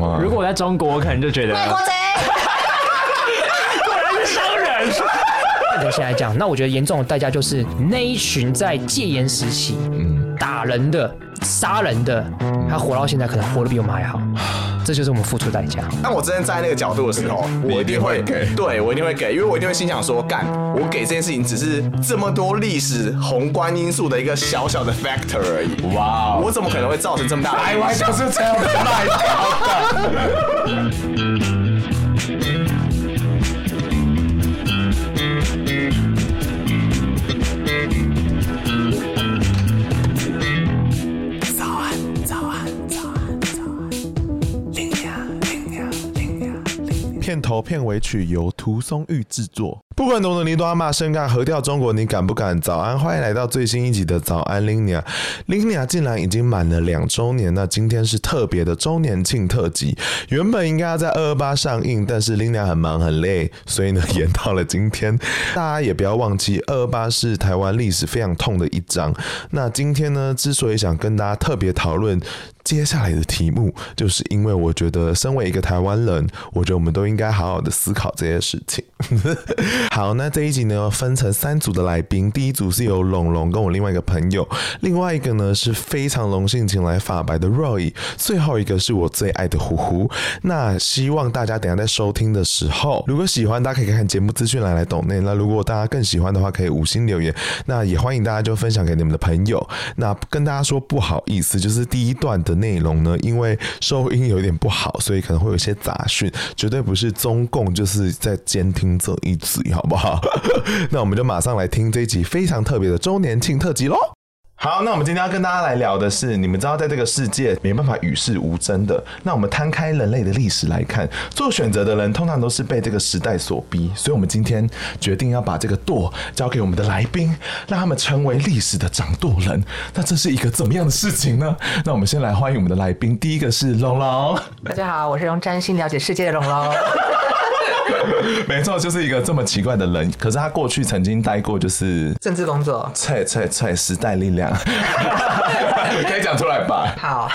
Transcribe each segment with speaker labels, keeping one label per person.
Speaker 1: 哇
Speaker 2: 如果我在中国，我可能就觉得
Speaker 3: 卖国贼，
Speaker 2: 果然是商人。
Speaker 4: 留下来讲， 那我觉得严重的代价就是那一群在戒严时期
Speaker 1: 嗯，
Speaker 4: 打人的、杀人的，他活到现在可能活得比我们还 好，这就是我们付出的代价。
Speaker 5: 当我真正在那个角度的时 候，
Speaker 1: 你
Speaker 5: 我
Speaker 1: 一定会给
Speaker 5: 对我一定会给，因为我一定会心想说，干，我给这件事情只是这么多历史宏观因素的一个小小的 factor 而已，
Speaker 1: 哇
Speaker 5: 我
Speaker 1: 哦，
Speaker 5: 怎么可能会造成这么大的
Speaker 1: 台
Speaker 5: 影响
Speaker 1: 湾就是这样子卖掉的。
Speaker 6: 片头片尾曲由涂松玉制作。不管懂的你都要骂声干，合掉中国你敢不敢？早安，欢迎来到最新一集的早安 Linia。Linia 竟然已经满了两周年，那今天是特别的周年庆特辑。原本应该要在二二八上映，但是 Linia 很忙很累，所以呢延到了今天。大家也不要忘记，二二八是台湾历史非常痛的一章。那今天呢，之所以想跟大家特别讨论接下来的题目，就是因为我觉得身为一个台湾人，我觉得我们都应该好好的思考这些事情。 好，那这一集呢分成三组的来宾，第一组是由龙龙跟我另外一个朋友，另外一个呢是非常荣幸请来法白的 Roy，最后一个是我最爱的虎虎。那希望大家等一下在收听的时候，如果喜欢，大家可以看节目资讯栏来懂内。那如果大家更喜欢的话，可以五星留言。那也欢迎大家就分享给你们的朋友。那跟大家说不好意思，就是第一段的内容呢，因为收音有点不好，所以可能会有一些杂讯，绝对不是中共就是在监听这一集，好不好？那我们就马上来听这一集非常特别的周年庆特辑喽。好，那我们今天要跟大家来聊的是，你们知道，在这个世界没办法与世无争的。那我们摊开人类的历史来看，做选择的人通常都是被这个时代所逼，所以我们今天决定要把这个舵交给我们的来宾，让他们成为历史的掌舵人。那这是一个怎么样的事情呢？那我们先来欢迎我们的来宾，第一个是龙龙。
Speaker 3: 大家好，我是用占星了解世界的龙龙。
Speaker 6: 没错，就是一个这么奇怪的人。可是他过去曾经待过，就是
Speaker 3: 政治工作
Speaker 6: 菜菜菜时代力量， 可以讲出来吧？
Speaker 3: 好，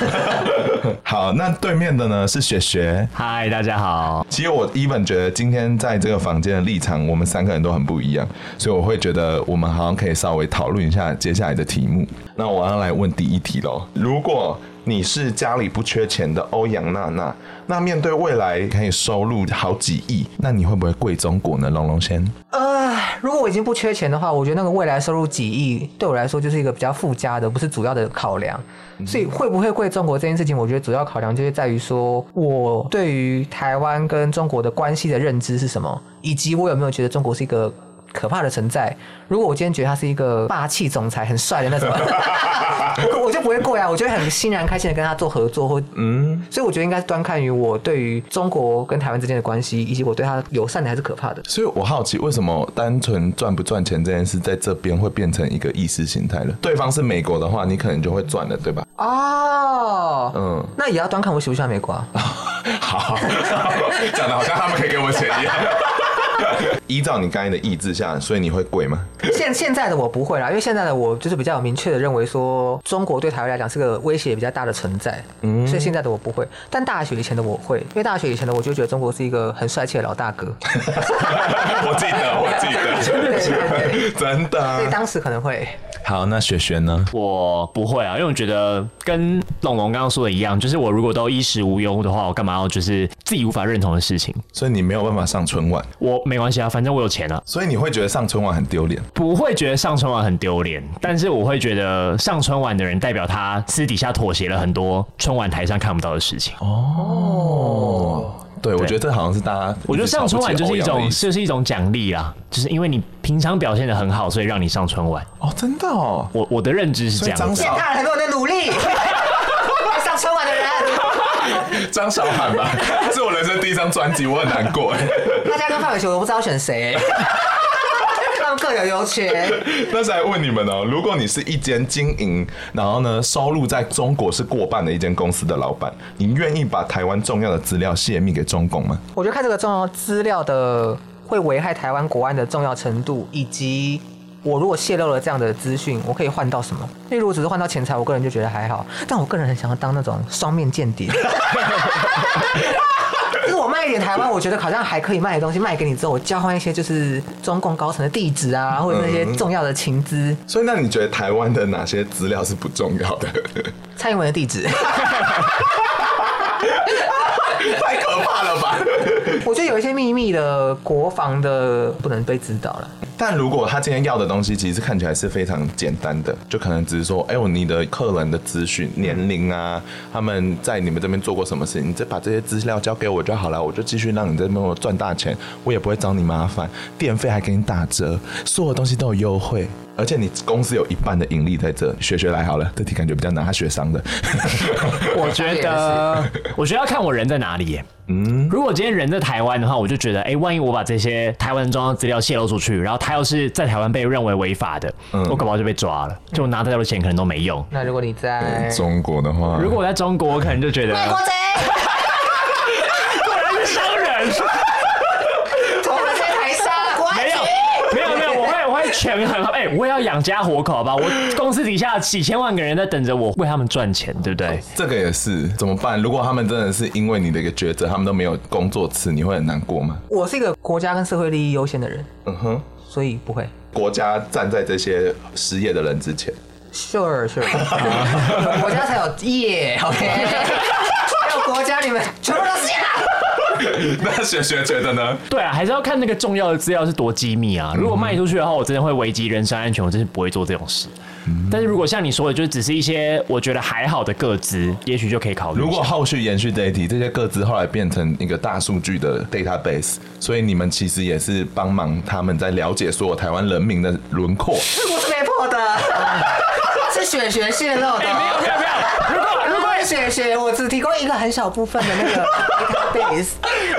Speaker 6: 好，那对面的呢是雪雪。
Speaker 2: 嗨，大家好。
Speaker 6: 其实我 even 觉得今天在这个房间的立场，我们三个人都很不一样，所以我会觉得我们好像可以稍微讨论一下接下来的题目。那我要来问第一题喽。如果你是家里不缺钱的欧阳娜娜，那面对未来可以收入好几亿，那你会不会贵中国呢？龙龙先，
Speaker 3: 呃，如果我已经不缺钱的话，我觉得那个未来收入几亿，对我来说就是一个比较附加的，不是主要的考量。所以会不会贵中国这件事情，我觉得主要考量就是在于说我对于台湾跟中国的关系的认知是什么，以及我有没有觉得中国是一个。可怕的存在。如果我今天觉得他是一个霸气总裁，很帅的那种，我我就不会过呀，我就会很欣然开心的跟他做合作或嗯，所以我觉得应该是端看于我对于中国跟台湾之间的关系，以及我对他友善的还是可怕的。
Speaker 6: 所以我好奇为什么单纯赚不赚钱这件事在这边会变成一个意识形态了？对方是美国的话，你可能就会赚了，对吧？
Speaker 3: 哦，
Speaker 6: 嗯，
Speaker 3: 那也要端看我喜不喜欢美国啊。
Speaker 6: 好， 讲的好像他们可以给我钱一 样。依照你刚才的意志下，所以你会跪吗？
Speaker 3: 现现在的我不会啦，因为现在的我就是比较有明确的认为说，中国对台湾来讲是个威胁比较大的存在，嗯，所以现在的我不会。但大学以前的我会，因为大学以前的我就觉得中国是一个很帅气的老大哥，
Speaker 6: 我记得，我记 得，真
Speaker 5: 啊
Speaker 3: 所以
Speaker 6: 的。
Speaker 3: 当时可能会。
Speaker 6: 好，那雪雪呢？
Speaker 2: 我不会啊，因为我觉得跟龙龙刚刚说的一样，就是我如果都衣食无忧的话，我干嘛要就是自己无法认同的事情？
Speaker 6: 所以你没有办法上春晚，
Speaker 2: 我没关系啊，反正我有钱啊，
Speaker 6: 所以你会觉得上春晚很丢脸。
Speaker 2: 不会觉得上春晚很丢脸，但是我会觉得上春晚的人代表他私底下妥协了很多春晚台上看不到的事情。
Speaker 6: 哦，对，我觉得这好像是大家，
Speaker 2: 我觉得上春晚就是一种，
Speaker 6: 直瞧不起欧阳的意思
Speaker 2: 就是一种奖励啦，就是因为你平常表现的很好，所以让你上春晚。
Speaker 6: 哦，真的哦。
Speaker 2: 我我的认知是
Speaker 6: 所
Speaker 2: 这
Speaker 6: 以张
Speaker 2: 样子。
Speaker 6: 韶
Speaker 3: 践踏了很多人的努力，上春晚的人。
Speaker 5: 张韶涵 吧，是我人生第一张专辑，我很难 过。
Speaker 3: 大家跟范玮琪，我不知道选谁、 他们各有优缺。
Speaker 5: 那再来问你们哦，如果你是一间经营，然后呢收入在中国是过半的一间公司的老板，你愿意把台湾重要的资料泄密给中共吗？
Speaker 3: 我觉得看这个重要资料的会危害台湾国安的重要程度，以及我如果泄露了这样的资讯，我可以换到什么？例如，只是换到钱财，我个人就觉得还好。但我个人很想要当那种双面间谍。就是我卖一点台湾，我觉得好像还可以卖的东西，卖给你之后，我交换一些就是中共高层的地址啊，或者那些重要的情资，
Speaker 5: 所以那你觉得台湾的哪些资料是不重要的？
Speaker 3: 蔡英文的地址。
Speaker 5: 太可怕了吧！
Speaker 3: 我觉得有一些秘密的国防的不能被知道了。
Speaker 5: 但如果他今天要的东西，其实看起来是非常简单的，就可能只是说，哎、呦，你的客人的资讯、年龄啊，他们在你们这边做过什么事情，你再把这些资料交给我就好了，我就继续让你在这边赚大钱，我也不会找你麻烦，电费还给你打折，所有东西都有优惠，而且你公司有一半的盈利在这，学学来好了，这题感觉比较难，他学商的，
Speaker 2: 我觉得，我觉得要看我人在哪里耶。嗯，如果今天人在台湾的话，我就觉得，哎、万一我把这些台湾的重要资料泄露出去，然后他要是在台湾被认为违法的，我搞不好就被抓了，就我拿再多钱可能都没用。
Speaker 3: 那如果你在
Speaker 5: 中国的话，
Speaker 2: 如果我在中国，我可能就觉得，果
Speaker 3: 贼，
Speaker 2: 然是商人，
Speaker 3: 我们在台上，
Speaker 2: 没有，没有，没有，我会我会权衡，哎、我也要养家活口，好吧？我公司底下几千万个人在等着我为他们赚钱，对不对？
Speaker 5: 这个也是怎么办？如果他们真的是因为你的一个抉择，他们都没有工作吃，你会很难过吗？
Speaker 3: 我是一个国家跟社会利益优先的人，
Speaker 5: 嗯哼，
Speaker 3: 所以不会。
Speaker 5: 国家站在这些失业的人之前，
Speaker 3: Sure sure，国家才有耶，OK，没有国家你们全部都是呀。
Speaker 5: 那雪雪觉得呢？
Speaker 2: 对啊，还是要看那个重要的资料是多机密
Speaker 5: 嗯
Speaker 2: 啊。如果卖出去的话，我真的会危及人身安全，我真是不会做这种事。
Speaker 5: 嗯
Speaker 2: 但是如果像你说的，就是只是一些我觉得还好的个资，也许就可以考虑一
Speaker 5: 如
Speaker 2: 下。
Speaker 5: 果后续延续这一题，这些各自后来变成一个大数据的 database，所以你们其实也是帮忙他们在了解所有台湾人民的轮廓。
Speaker 3: 我是被 迫的，是雪雪泄露的。
Speaker 2: 哎没有没有没有，如果如果
Speaker 3: 雪雪，我只提供一个很小部分的那个 database。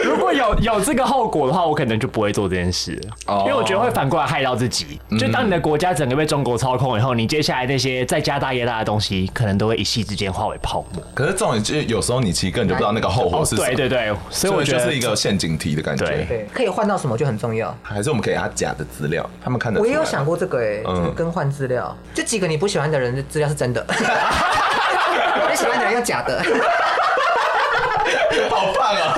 Speaker 2: 如果有有这个后果的话，我可能就不会做这件事了，
Speaker 5: 哦嗯
Speaker 2: 因为我觉得会反过来害到自己。就当你的国家整个被中国操控以后，你接下来那些再加大业大的东西，可能都会一夕之间化为泡沫。
Speaker 5: 可是这种就是有时候你其实根本就不知道那个后果是什么，
Speaker 2: 哦对对对，所以我觉
Speaker 5: 就
Speaker 2: 得
Speaker 5: 是一个陷阱题的感觉
Speaker 2: 对。
Speaker 3: 对，可以换到什么就很重要。
Speaker 5: 还是我们给他假的资料，他们看得出
Speaker 3: 我
Speaker 5: 来。
Speaker 3: 也有想过这个哎、
Speaker 5: 嗯
Speaker 3: 就是更换资料，就几个你不喜欢的人的资料 是真的，你喜欢的人用假的。
Speaker 5: 好棒啊！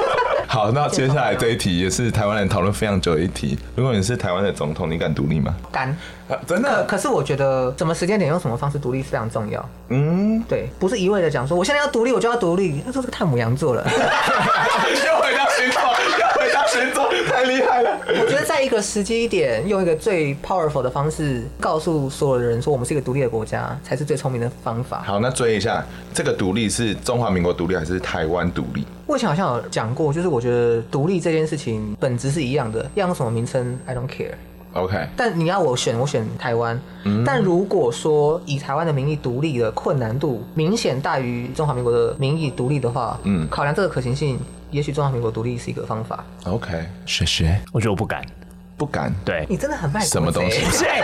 Speaker 5: 好，那接下来这一题也是台湾人讨论非常久的一题。如果你是台湾的总统，你敢独立吗？
Speaker 3: 干，
Speaker 5: 啊真
Speaker 3: 可
Speaker 5: 的？
Speaker 3: 可是我觉得什么时间点用什么方式独立非常重要。
Speaker 5: 嗯，
Speaker 3: 对，不是一味的讲说我现在要独立，我就要独立，那就是个太母羊 座了。
Speaker 5: 又回到星座，又回到星座，太厉害了！
Speaker 3: 我觉得在一个时机点，用一个最 powerful 的方式告诉所有的人说我们是一个独立的国家，才是最聪明的方法。
Speaker 5: 好，那追一下，这个独立是中华民国独立还是台湾独立？
Speaker 3: 我以前好像有讲过，就是我觉得独立这件事情本质是一样的，要用什么名称 I don't care。
Speaker 5: OK，
Speaker 3: 但你要我选，我选台湾。
Speaker 5: 嗯
Speaker 3: 但如果说以台湾的名义独立的困难度明显大于中华民国的名义独立的话，
Speaker 5: 嗯
Speaker 3: 考量这个可行性，也许中华民国独立是一个方法。
Speaker 5: OK，学学
Speaker 2: 我觉得我不敢。
Speaker 5: 不敢
Speaker 2: 对，
Speaker 3: 你真的很卖国贼
Speaker 5: 什么东西？
Speaker 2: 是，哎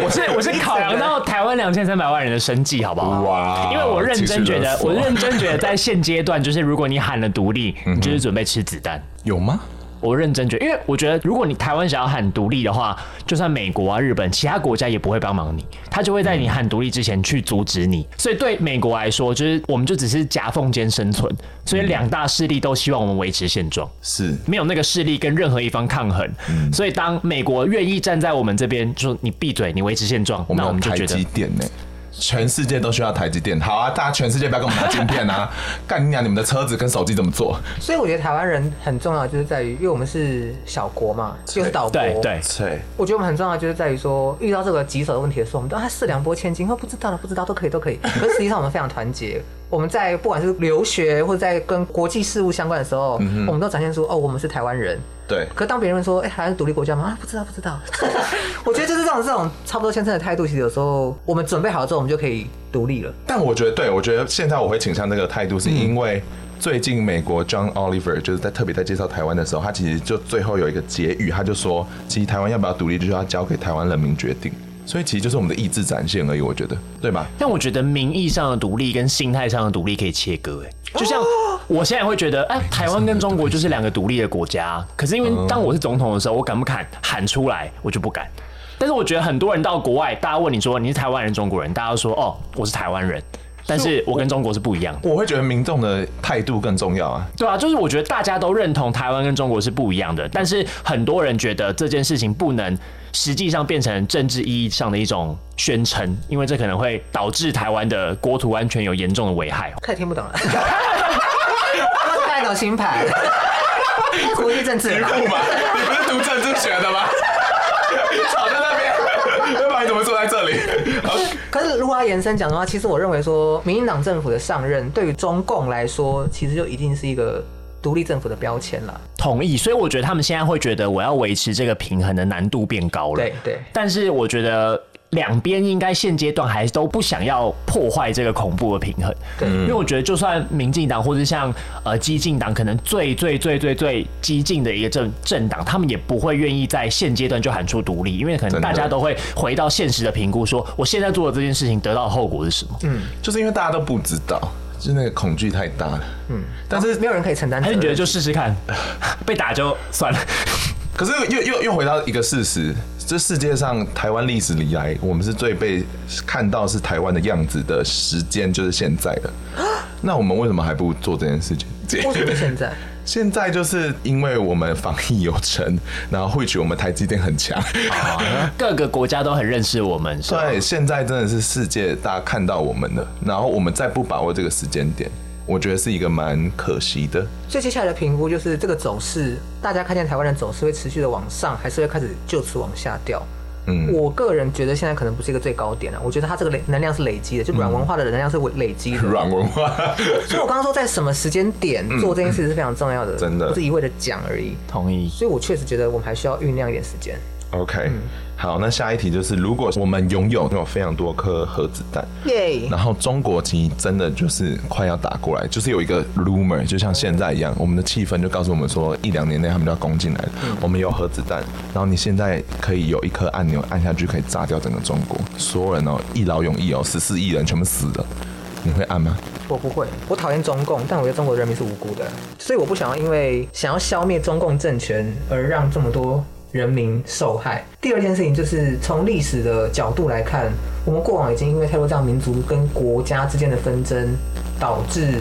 Speaker 2: 我是我是考量到台湾两千三百万人的生计，好不好？
Speaker 5: 哇
Speaker 2: 因为我认真觉
Speaker 5: 情绪
Speaker 2: 得
Speaker 5: 勒，索
Speaker 2: 我认真觉得在现阶段，就是如果你喊了独立，你就是准备吃子弹。
Speaker 5: 有吗？
Speaker 2: 我认真觉得，因为我觉得，如果你台湾想要喊独立的话，就算美国啊、日本，其他国家也不会帮忙你，他就会在你喊独立之前去阻止你。所以对美国来说，就是我们就只是夹缝间生存，所以两大势力都希望我们维持现状。
Speaker 5: 是
Speaker 2: 没有那个势力跟任何一方抗衡，
Speaker 5: 嗯
Speaker 2: 所以当美国愿意站在我们这边，就说你闭嘴，你维持现状，
Speaker 5: 我们
Speaker 2: 那我
Speaker 5: 有
Speaker 2: 们就
Speaker 5: 台
Speaker 2: 觉得
Speaker 5: 积电呢、全世界都需要台积电。好啊，大家全世界不要跟我们拿晶片啊！ 干你娘！你们的车子跟手机怎么做？
Speaker 3: 所以我觉得台湾人很重要，就是在于，因为我们是小国嘛，又是岛国，
Speaker 2: 对哎对，
Speaker 5: 对，
Speaker 3: 我觉得我们很重要，就是在于说，
Speaker 5: 嗯
Speaker 3: 遇到这个棘手的问题的时候，我们都啊四两拨千斤，哦不知道了，不知道都可以，都可以。可是实际上我们非常团结，我们在不管是留学或者在跟国际事务相关的时候，
Speaker 5: 嗯
Speaker 3: 我们都展现出哦，我们是台湾人。
Speaker 5: 对，
Speaker 3: 可当别人说，哎、台湾是独立国家吗？啊，不知道，不知道。 我觉得就是这种这种差不多先生的态度，其实有时候我们准备好之后，我们就可以独立了。
Speaker 5: 但我觉得，对我觉得现在我会倾向这个态度，是因为最近美国 John Oliver 就是在特别在介绍台湾的时候，他其实就最后有一个结语，他就说，其实台湾要不要独立，就是要交给台湾人民决定。所以其实就是我们的意志展现而已，我觉得，对吧？
Speaker 2: 但我觉得名义上的独立跟心态上的独立可以切割，哎，
Speaker 5: 哦
Speaker 2: 就像我现在会觉得，哎、台湾跟中国就是两个独立的国家。可是因为
Speaker 5: 嗯
Speaker 2: 当我是总统的时候，我敢不敢喊出来，我就不敢。但是我觉得很多人到国外，大家问你说你是台湾人、中国人，大家都说哦，我是台湾人，但是我跟中国是不一样的。
Speaker 5: 我会觉得民众的态度更重要啊。
Speaker 2: 对啊，就是我觉得大家都认同台湾跟中国是不一样的，但是很多人觉得这件事情不能实际上变成政治意义上的一种宣称，因为这可能会导致台湾的国土安全有严重的危害。哦
Speaker 3: 开始听不懂了， 我只看得懂星盘，国际政治
Speaker 5: 局
Speaker 3: 嘛。
Speaker 5: 部嘛，你不是读政治学的吗？ 吵在那边，要不然你怎么坐在这里？好
Speaker 3: 可是如果要延伸讲的话，其实我认为说，民进党政府的上任对于中共来说，其实就一定是一个独立政府的标签了。
Speaker 2: 同意，所以我觉得他们现在会觉得我要维持这个平衡的难度变高了。
Speaker 3: 对对
Speaker 2: 但是我觉得。两边应该现阶段还都不想要破坏这个恐怖的平衡，
Speaker 3: 对
Speaker 2: 因为我觉得就算民进党或者像呃激进党，可能最最最最最激进的一个政政党，他们也不会愿意在现阶段就喊出独立，因为可能
Speaker 5: 真的
Speaker 2: 大家都会回到现实的评估说我现在做的这件事情得到的后果是什么？
Speaker 5: 就是因为大家都不知道，就是那个恐惧太大了。嗯，但是
Speaker 3: 没有人可以承担责
Speaker 2: 还是
Speaker 3: 任。
Speaker 2: 你觉得就试试看，被打就算了。
Speaker 5: 可是又又又回到一个事实，这世界上台湾历史以来，我们是最被看到是台湾的样子的时间就是现在 的。那我们为什么还不做这件事 情？
Speaker 3: 为什么现在？
Speaker 5: 现在就是因为我们防疫有成，然后汇取我们台积电很强。
Speaker 2: 各个国家都很认识我们，是吧
Speaker 5: 对，现在真的是世界大家看到我们了，然后我们再不把握这个时间点，我觉得是一个蛮可惜的。
Speaker 3: 所以接下来的评估就是这个走势，大家看见台湾的走势会持续的往上，还是会开始就此往下掉？
Speaker 5: 嗯
Speaker 3: 我个人觉得现在可能不是一个最高点了、我觉得它这个累能量是累积的，就软
Speaker 5: 嗯
Speaker 3: 文化的能量是累 积的。
Speaker 5: 软文化，
Speaker 3: 所以我刚刚说在什么时间点做这件事是非常重要的，
Speaker 5: 嗯真的
Speaker 3: 不是一味的讲而已。
Speaker 2: 同意。
Speaker 3: 所以我确实觉得我们还需要酝酿一点时间。
Speaker 5: OK，、好，那下一题就是，如果我们拥有有非常多颗核子弹，
Speaker 3: 耶、
Speaker 5: 然后中国其实真的就是快要打过来，就是有一个 rumor，就像现在一样，我们的气氛就告诉我们说，一两年内他们就要攻进来了。我们有核子弹，然后你现在可以有一颗按钮按下去，可以炸掉整个中国，所有人哦，一劳永逸哦，十四亿人全部死了，你会按吗？
Speaker 3: 我不会，我讨厌中共，但我觉得中国人民是无辜的，所以我不想要因为想要消灭中共政权而让这么多人民受害。第二件事情就是从历史的角度来看，我们过往已经因为太多这样民族跟国家之间的纷争，导致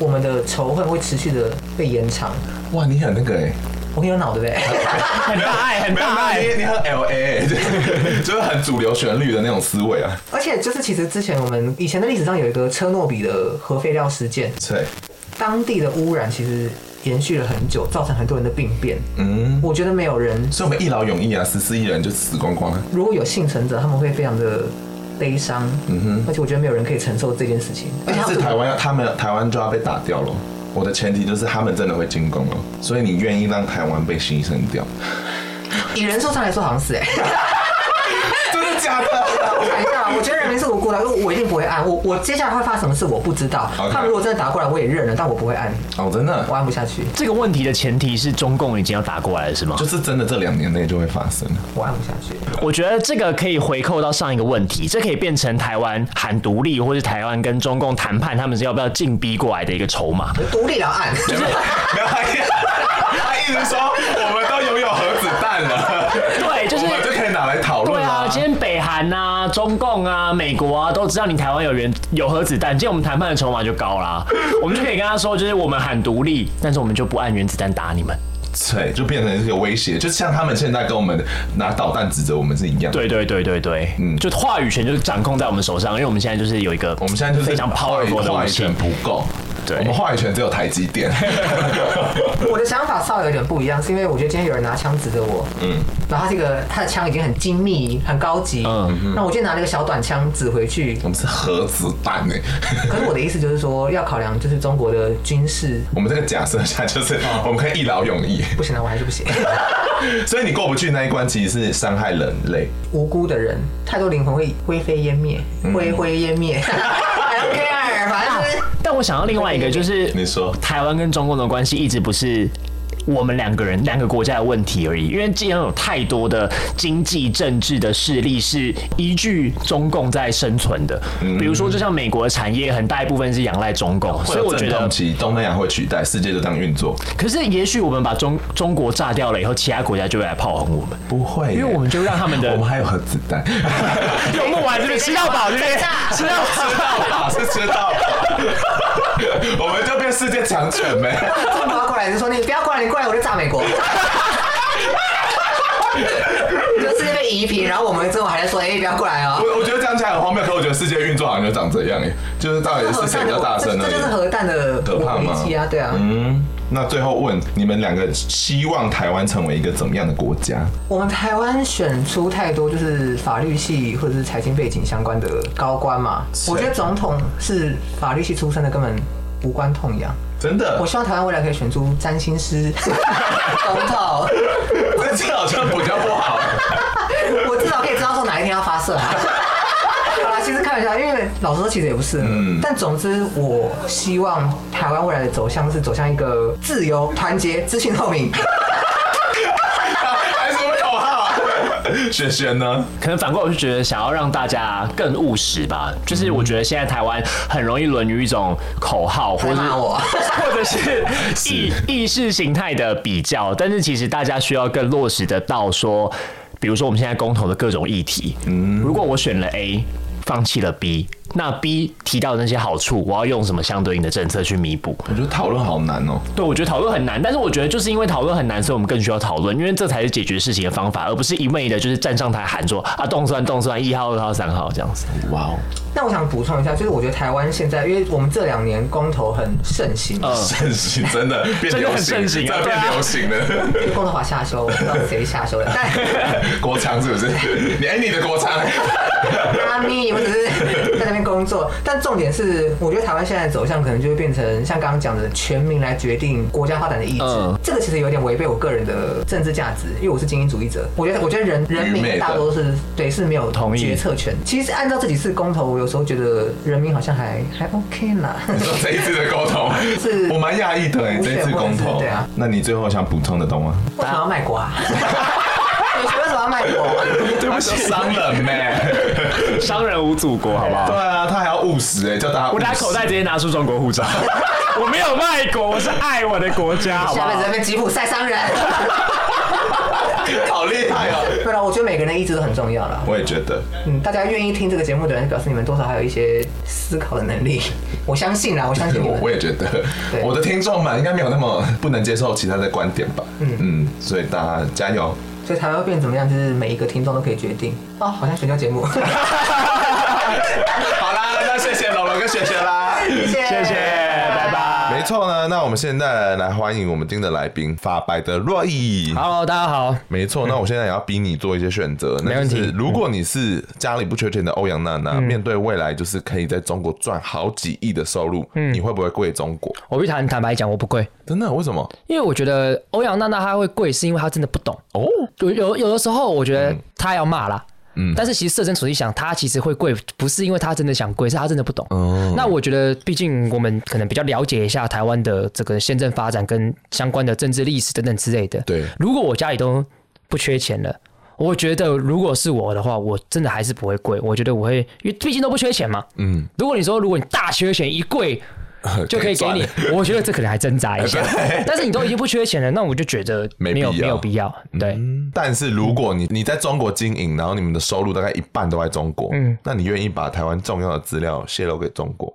Speaker 3: 我们的仇恨会持续的被延长。
Speaker 5: 哇，你很那个哎、
Speaker 3: 我很有脑，对不对？
Speaker 2: 很大爱，很大爱。
Speaker 5: 你你很 L A，、就是 就是很主流旋律的那种思维啊。
Speaker 3: 而且就是其实之前我们以前的历史上有一个车诺比的核废料事件，
Speaker 5: 对，
Speaker 3: 当地的污染其实延续了很久，造成很多人的病变。
Speaker 5: 嗯，
Speaker 3: 我觉得没有人
Speaker 5: 所以我们一劳永逸啊，十四亿人就死光光了。
Speaker 3: 如果有幸存者，他们会非常的悲伤，嗯哼，而且我觉得没有人可以承受这件事情。而且
Speaker 5: 但
Speaker 3: 他
Speaker 5: 是
Speaker 3: 们
Speaker 5: 台湾要他们台湾就要被打掉了。我的前提就是他们真的会进攻了，所以你愿意让台湾被牺牲掉？
Speaker 3: 以人数上来说，好像是哎、
Speaker 5: 真的假的？
Speaker 3: 我看一下，我觉得人民是无辜的，因为我一定不会按。我我接下来会发生什么事，我不知道。
Speaker 5: OK
Speaker 3: 他们如果真的打过来，我也认了，但我不会按，
Speaker 5: 哦，真
Speaker 3: 我
Speaker 5: 的，
Speaker 3: 按不下去，
Speaker 2: 这个问题的前提是中共已经要打过来了，是吗？
Speaker 5: 就是真的这两年内就会发生。
Speaker 3: 我按不下去。
Speaker 2: 我觉得这个可以回扣到上一个问题，这可以变成台湾喊独立，或是台湾跟中共谈判，他们是要不要进逼过来的一个筹码。
Speaker 3: 独立也要按，就是
Speaker 5: 没有，他一直说我们都拥有核子弹了，
Speaker 2: 对，就是
Speaker 5: 我。们就可以拿来讨
Speaker 2: 对
Speaker 5: 论
Speaker 2: 啊，
Speaker 5: 啊。
Speaker 2: 今天北韩啊、中共啊、美国啊，都知道你台湾有原有核子弹，今天我们谈判的筹码就高 啦，我们就可以跟他说，就是我们喊独立，但是我们就不按原子弹打你们。
Speaker 5: 对，就变成是个威胁，就像他们现在跟我们拿导弹指责我们是一样。，
Speaker 2: 对对对对对，嗯，就话语权就是掌控在我们手上，因为我们现在就是有一个
Speaker 5: 我们现在就是
Speaker 2: 非常
Speaker 5: 话语
Speaker 2: powerful 的
Speaker 5: 话
Speaker 2: 武
Speaker 5: 语
Speaker 2: 器
Speaker 5: 权。不够，
Speaker 2: 对
Speaker 5: 我们话语权只有台积 电。
Speaker 3: 我的想法稍微有点不一样，是因为我觉得今天有人拿枪指着我，
Speaker 5: 嗯，
Speaker 3: 然后他这个他的枪已经很精密、很高级，
Speaker 2: 嗯
Speaker 3: 那我今天拿了一个小短枪指回去
Speaker 5: 我，们是核子弹哎、
Speaker 3: 可是我的意思就是说，要考量就是中国的军事，
Speaker 5: 我们这个假设下就是
Speaker 2: 哦
Speaker 5: 我们可以一劳永逸，
Speaker 3: 不行啊了，我还是不行。
Speaker 5: 所以你过不去那一关，其实是伤害人类。
Speaker 3: 无辜的人，太多灵魂会灰飞烟灭，灰灰烟灭。I don't care，反正就是
Speaker 2: 但我想到另外一个就是，
Speaker 5: 你说
Speaker 2: 台湾跟中共的关系一直不是。我们两个人、两个国家的问题而已，因为既然有太多的经济、政治的势力是依据中共在生存的，比如说，就像美国的产业很大一部分是仰赖中共，哦所以我
Speaker 5: 嗯会
Speaker 2: 觉
Speaker 5: 有
Speaker 2: 得
Speaker 5: 震动，期东南亚会取代，世界就这样运作，
Speaker 2: 可是也许我们把中中国炸掉了以后，其他国家就会来炮轰我们，
Speaker 5: 不会耶、欸
Speaker 2: 因为我们就让他们的
Speaker 5: 我们还有核子弹，
Speaker 2: 用不完这边吃到饱，对不对？ 吃到饱。
Speaker 5: 老 是知道， 我们就变世界强权呗、
Speaker 3: 中国过来就说你不要过来，你过来我就炸美国。就世界被夷平，然后我们最后还在说，哎、不要过来哦。
Speaker 5: 我我觉得这样起来很荒谬，可我觉得世界运作好像就长这样耶，就是到底是谁比较大声
Speaker 3: 这
Speaker 5: 而
Speaker 3: 这
Speaker 5: 已
Speaker 3: 就是。核弹的
Speaker 5: 可怕吗
Speaker 3: 危机啊，对啊。
Speaker 5: 嗯，那最后问你们两个，希望台湾成为一个怎么样的国家？
Speaker 3: 我们台湾选出太多就是法律系或者是财经背景相关的高官嘛，
Speaker 5: 是
Speaker 3: 我觉得总统是法律系出身的，根本无关痛 痒。
Speaker 5: 真的
Speaker 3: 我，希望台湾未来可以选出占 星师总统，
Speaker 5: 这这好像比较不 好。
Speaker 3: 我至少可以知道说哪一天要发射 啊。好啦，其实开玩笑，因为老实说，其实也不是。
Speaker 5: 嗯
Speaker 3: 但总之，我希望台湾未来的走向是走向一个自由、团结、资讯透明。
Speaker 5: 还是什么口号啊？轩轩呢？
Speaker 2: 可能反过来我就觉得想要让大家更务实吧，就是我觉得现在台湾很容易沦于一种口号，或
Speaker 3: 在
Speaker 2: 者
Speaker 3: 骂我
Speaker 2: 或者是意意识形态的比较，但是其实大家需要更落实的到说，比如说我们现在公投的各种议题，如果我选了 A。放弃了 B，那 B 提到的那些好处，我要用什么相对应的政策去弥补？
Speaker 5: 我觉得讨论好难哦。
Speaker 2: 对，我觉得讨论很难，但是我觉得就是因为讨论很难，所以我们更需要讨论，因为这才是解决事情的方法，而不是一味的就是站上台喊说啊动算动算一号二号三号这样子。
Speaker 5: 哇哦，
Speaker 3: 那我想补充一下，就是我觉得台湾现在，因为我们这两年公投很盛行，
Speaker 2: 嗯
Speaker 5: 盛行真的变
Speaker 2: 真的
Speaker 5: 流
Speaker 2: 很
Speaker 5: 行，啊
Speaker 2: 盛行啊
Speaker 5: 真的变流行了。
Speaker 3: 因为公投法下修，我不知道谁下修了，但
Speaker 5: 国强是不是？你哎，你的国强，
Speaker 3: 妈咪，我只是在那边工作。但重点是，我觉得台湾现在的走向可能就会变成像刚刚讲的，全民来决定国家发展的意志。
Speaker 2: 嗯
Speaker 3: 这个其实有点违背我个人的政治价值，因为我是精英主义者。我觉得，我觉得人人
Speaker 5: 愚昧
Speaker 3: 民
Speaker 5: 的
Speaker 3: 大多是对是没有
Speaker 2: 同意
Speaker 3: 决策权。其实按照这几次公投，我有时候觉得人民好像还还 OK 啦。
Speaker 5: 你说这一次的沟通
Speaker 3: 是
Speaker 5: 我蛮讶异的哎，
Speaker 3: 无
Speaker 5: 这
Speaker 3: 选
Speaker 5: 一次公
Speaker 3: 或者
Speaker 5: 投
Speaker 3: 是对啊。
Speaker 5: 那你最后想补充的东吗？
Speaker 3: 为什么要卖国啊？你 觉得为什么要卖国？
Speaker 5: 对不起，伤人呗。
Speaker 2: 商人无祖国，好不
Speaker 5: 对
Speaker 2: 好？
Speaker 5: 啊，他还要务实哎，叫大家务
Speaker 2: 我
Speaker 5: 实
Speaker 2: 拿口袋直接拿出中国护照，我没有卖国，我是爱我的国家，好不
Speaker 3: 下辈
Speaker 2: 好
Speaker 3: 子？在那边吉普赛商人。
Speaker 5: 好厉害哦。
Speaker 3: 对了，啊我觉得每个人的意志都很重要啦。
Speaker 5: 我也觉得，
Speaker 3: 嗯，大家愿意听这个节目的人，表示你们多少还有一些思考的能力。 我相信啦，我相信你
Speaker 5: 我
Speaker 3: 们。
Speaker 5: 我也觉得，
Speaker 3: 对
Speaker 5: 我的听众们应该没有那么不能接受其他的观点吧？嗯，所以大家加油。
Speaker 3: 所以台湾会变怎么样，就是每一个听众都可以决定。哦，好像选秀节 目。
Speaker 5: 好啦，那谢谢龙龙跟雪雪啦。
Speaker 2: 谢谢，拜拜。
Speaker 6: 没错呢，那我们现在来欢迎我们今天的来宾法白的若意。
Speaker 4: Hello，大家好，
Speaker 6: 没
Speaker 5: 嗯
Speaker 6: 错，那我现在也要逼你做一些选择。
Speaker 4: 没问题
Speaker 6: 那就是如果你是家里不缺钱的欧阳娜
Speaker 5: 嗯
Speaker 6: 娜，面对未来就是可以在中国赚好几亿的收入，
Speaker 5: 嗯
Speaker 6: 你会不会跪中国？
Speaker 4: 我必谈坦白讲，我不贵，
Speaker 6: 真的？为什么？
Speaker 4: 因为我觉得欧阳娜娜她会贵，是因为她真的不懂。
Speaker 6: 哦，
Speaker 4: 有有有的时候，我觉得她要骂啦。嗯，但是其实设身处地想，她其实会贵，不是因为她真的想贵，是她真的不懂。
Speaker 6: 嗯，
Speaker 4: 那我觉得，毕竟我们可能比较了解一下台湾的这个宪政发展跟相关的政治历史等等之类的。
Speaker 6: 对
Speaker 4: 如果我家里都不缺钱了，我觉得如果是我的话，我真的还是不会跪。我觉得我会，因为毕竟都不缺钱嘛。嗯，如果你说如果你大缺钱一跪。就可以给你，我觉得这可能还挣扎一下，但是你都已经不缺钱了，那我就觉得
Speaker 6: 没
Speaker 4: 没有
Speaker 6: 必要
Speaker 4: 没有必要，对，
Speaker 6: 但是如果你你在中国经营，然后你们的收入大概一半都在中国，嗯，那你愿意把台湾重要的资料泄露给中国？